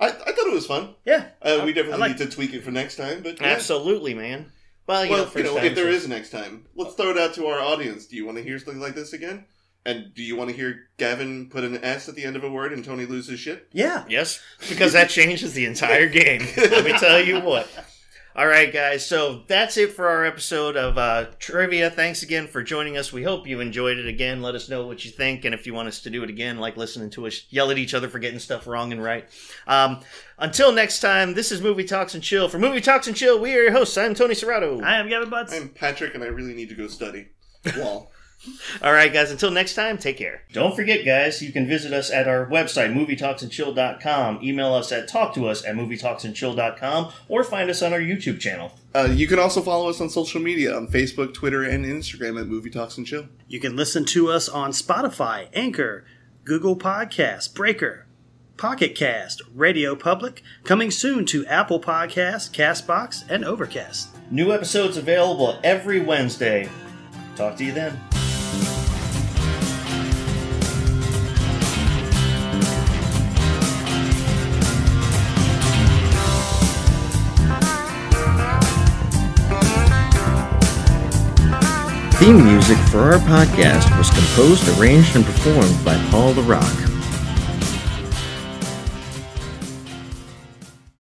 Speaker 3: I, I thought it was fun.
Speaker 2: Yeah.
Speaker 3: Uh, we
Speaker 2: I-
Speaker 3: definitely
Speaker 2: I like-
Speaker 3: need to tweak it for next time. But yeah.
Speaker 1: Absolutely, man. Well, you know,
Speaker 3: Well,
Speaker 1: first
Speaker 3: you know,
Speaker 1: time,
Speaker 3: if there
Speaker 1: so-
Speaker 3: is next time, let's throw it out to our audience. Do you want to hear something like this again? And do you want to hear Gavin put an S at the end of a word and Tony lose his shit?
Speaker 2: Yeah.
Speaker 1: Yes, because that changes the entire game. Let me tell you what. All right, guys. So that's it for our episode of uh, trivia. Thanks again for joining us. We hope you enjoyed it. Again, let us know what you think, and if you want us to do it again, like listening to us yell at each other for getting stuff wrong and right. Um, until next time, this is Movie Talks and Chill. For Movie Talks and Chill, we are your hosts. I'm Tony Serrato.
Speaker 2: I am Gavin Butts.
Speaker 3: I'm Patrick, and I really need to go study. Well.
Speaker 1: All right, guys, until next time, take care. Don't forget, guys, you can visit us at our website, movietalksandchill.com. Email us at talktous at movietalksandchill.com or find us on our YouTube channel.
Speaker 3: Uh, you can also follow us on social media on Facebook, Twitter, and Instagram at Movie Talks and Chill.
Speaker 2: You can listen to us on Spotify, Anchor, Google Podcasts, Breaker, Pocket Cast, Radio Public, coming soon to Apple Podcasts, Castbox, and Overcast.
Speaker 1: New episodes available every Wednesday. Talk to you then.
Speaker 4: Theme music for our podcast was composed, arranged, and performed by Paul the Rock.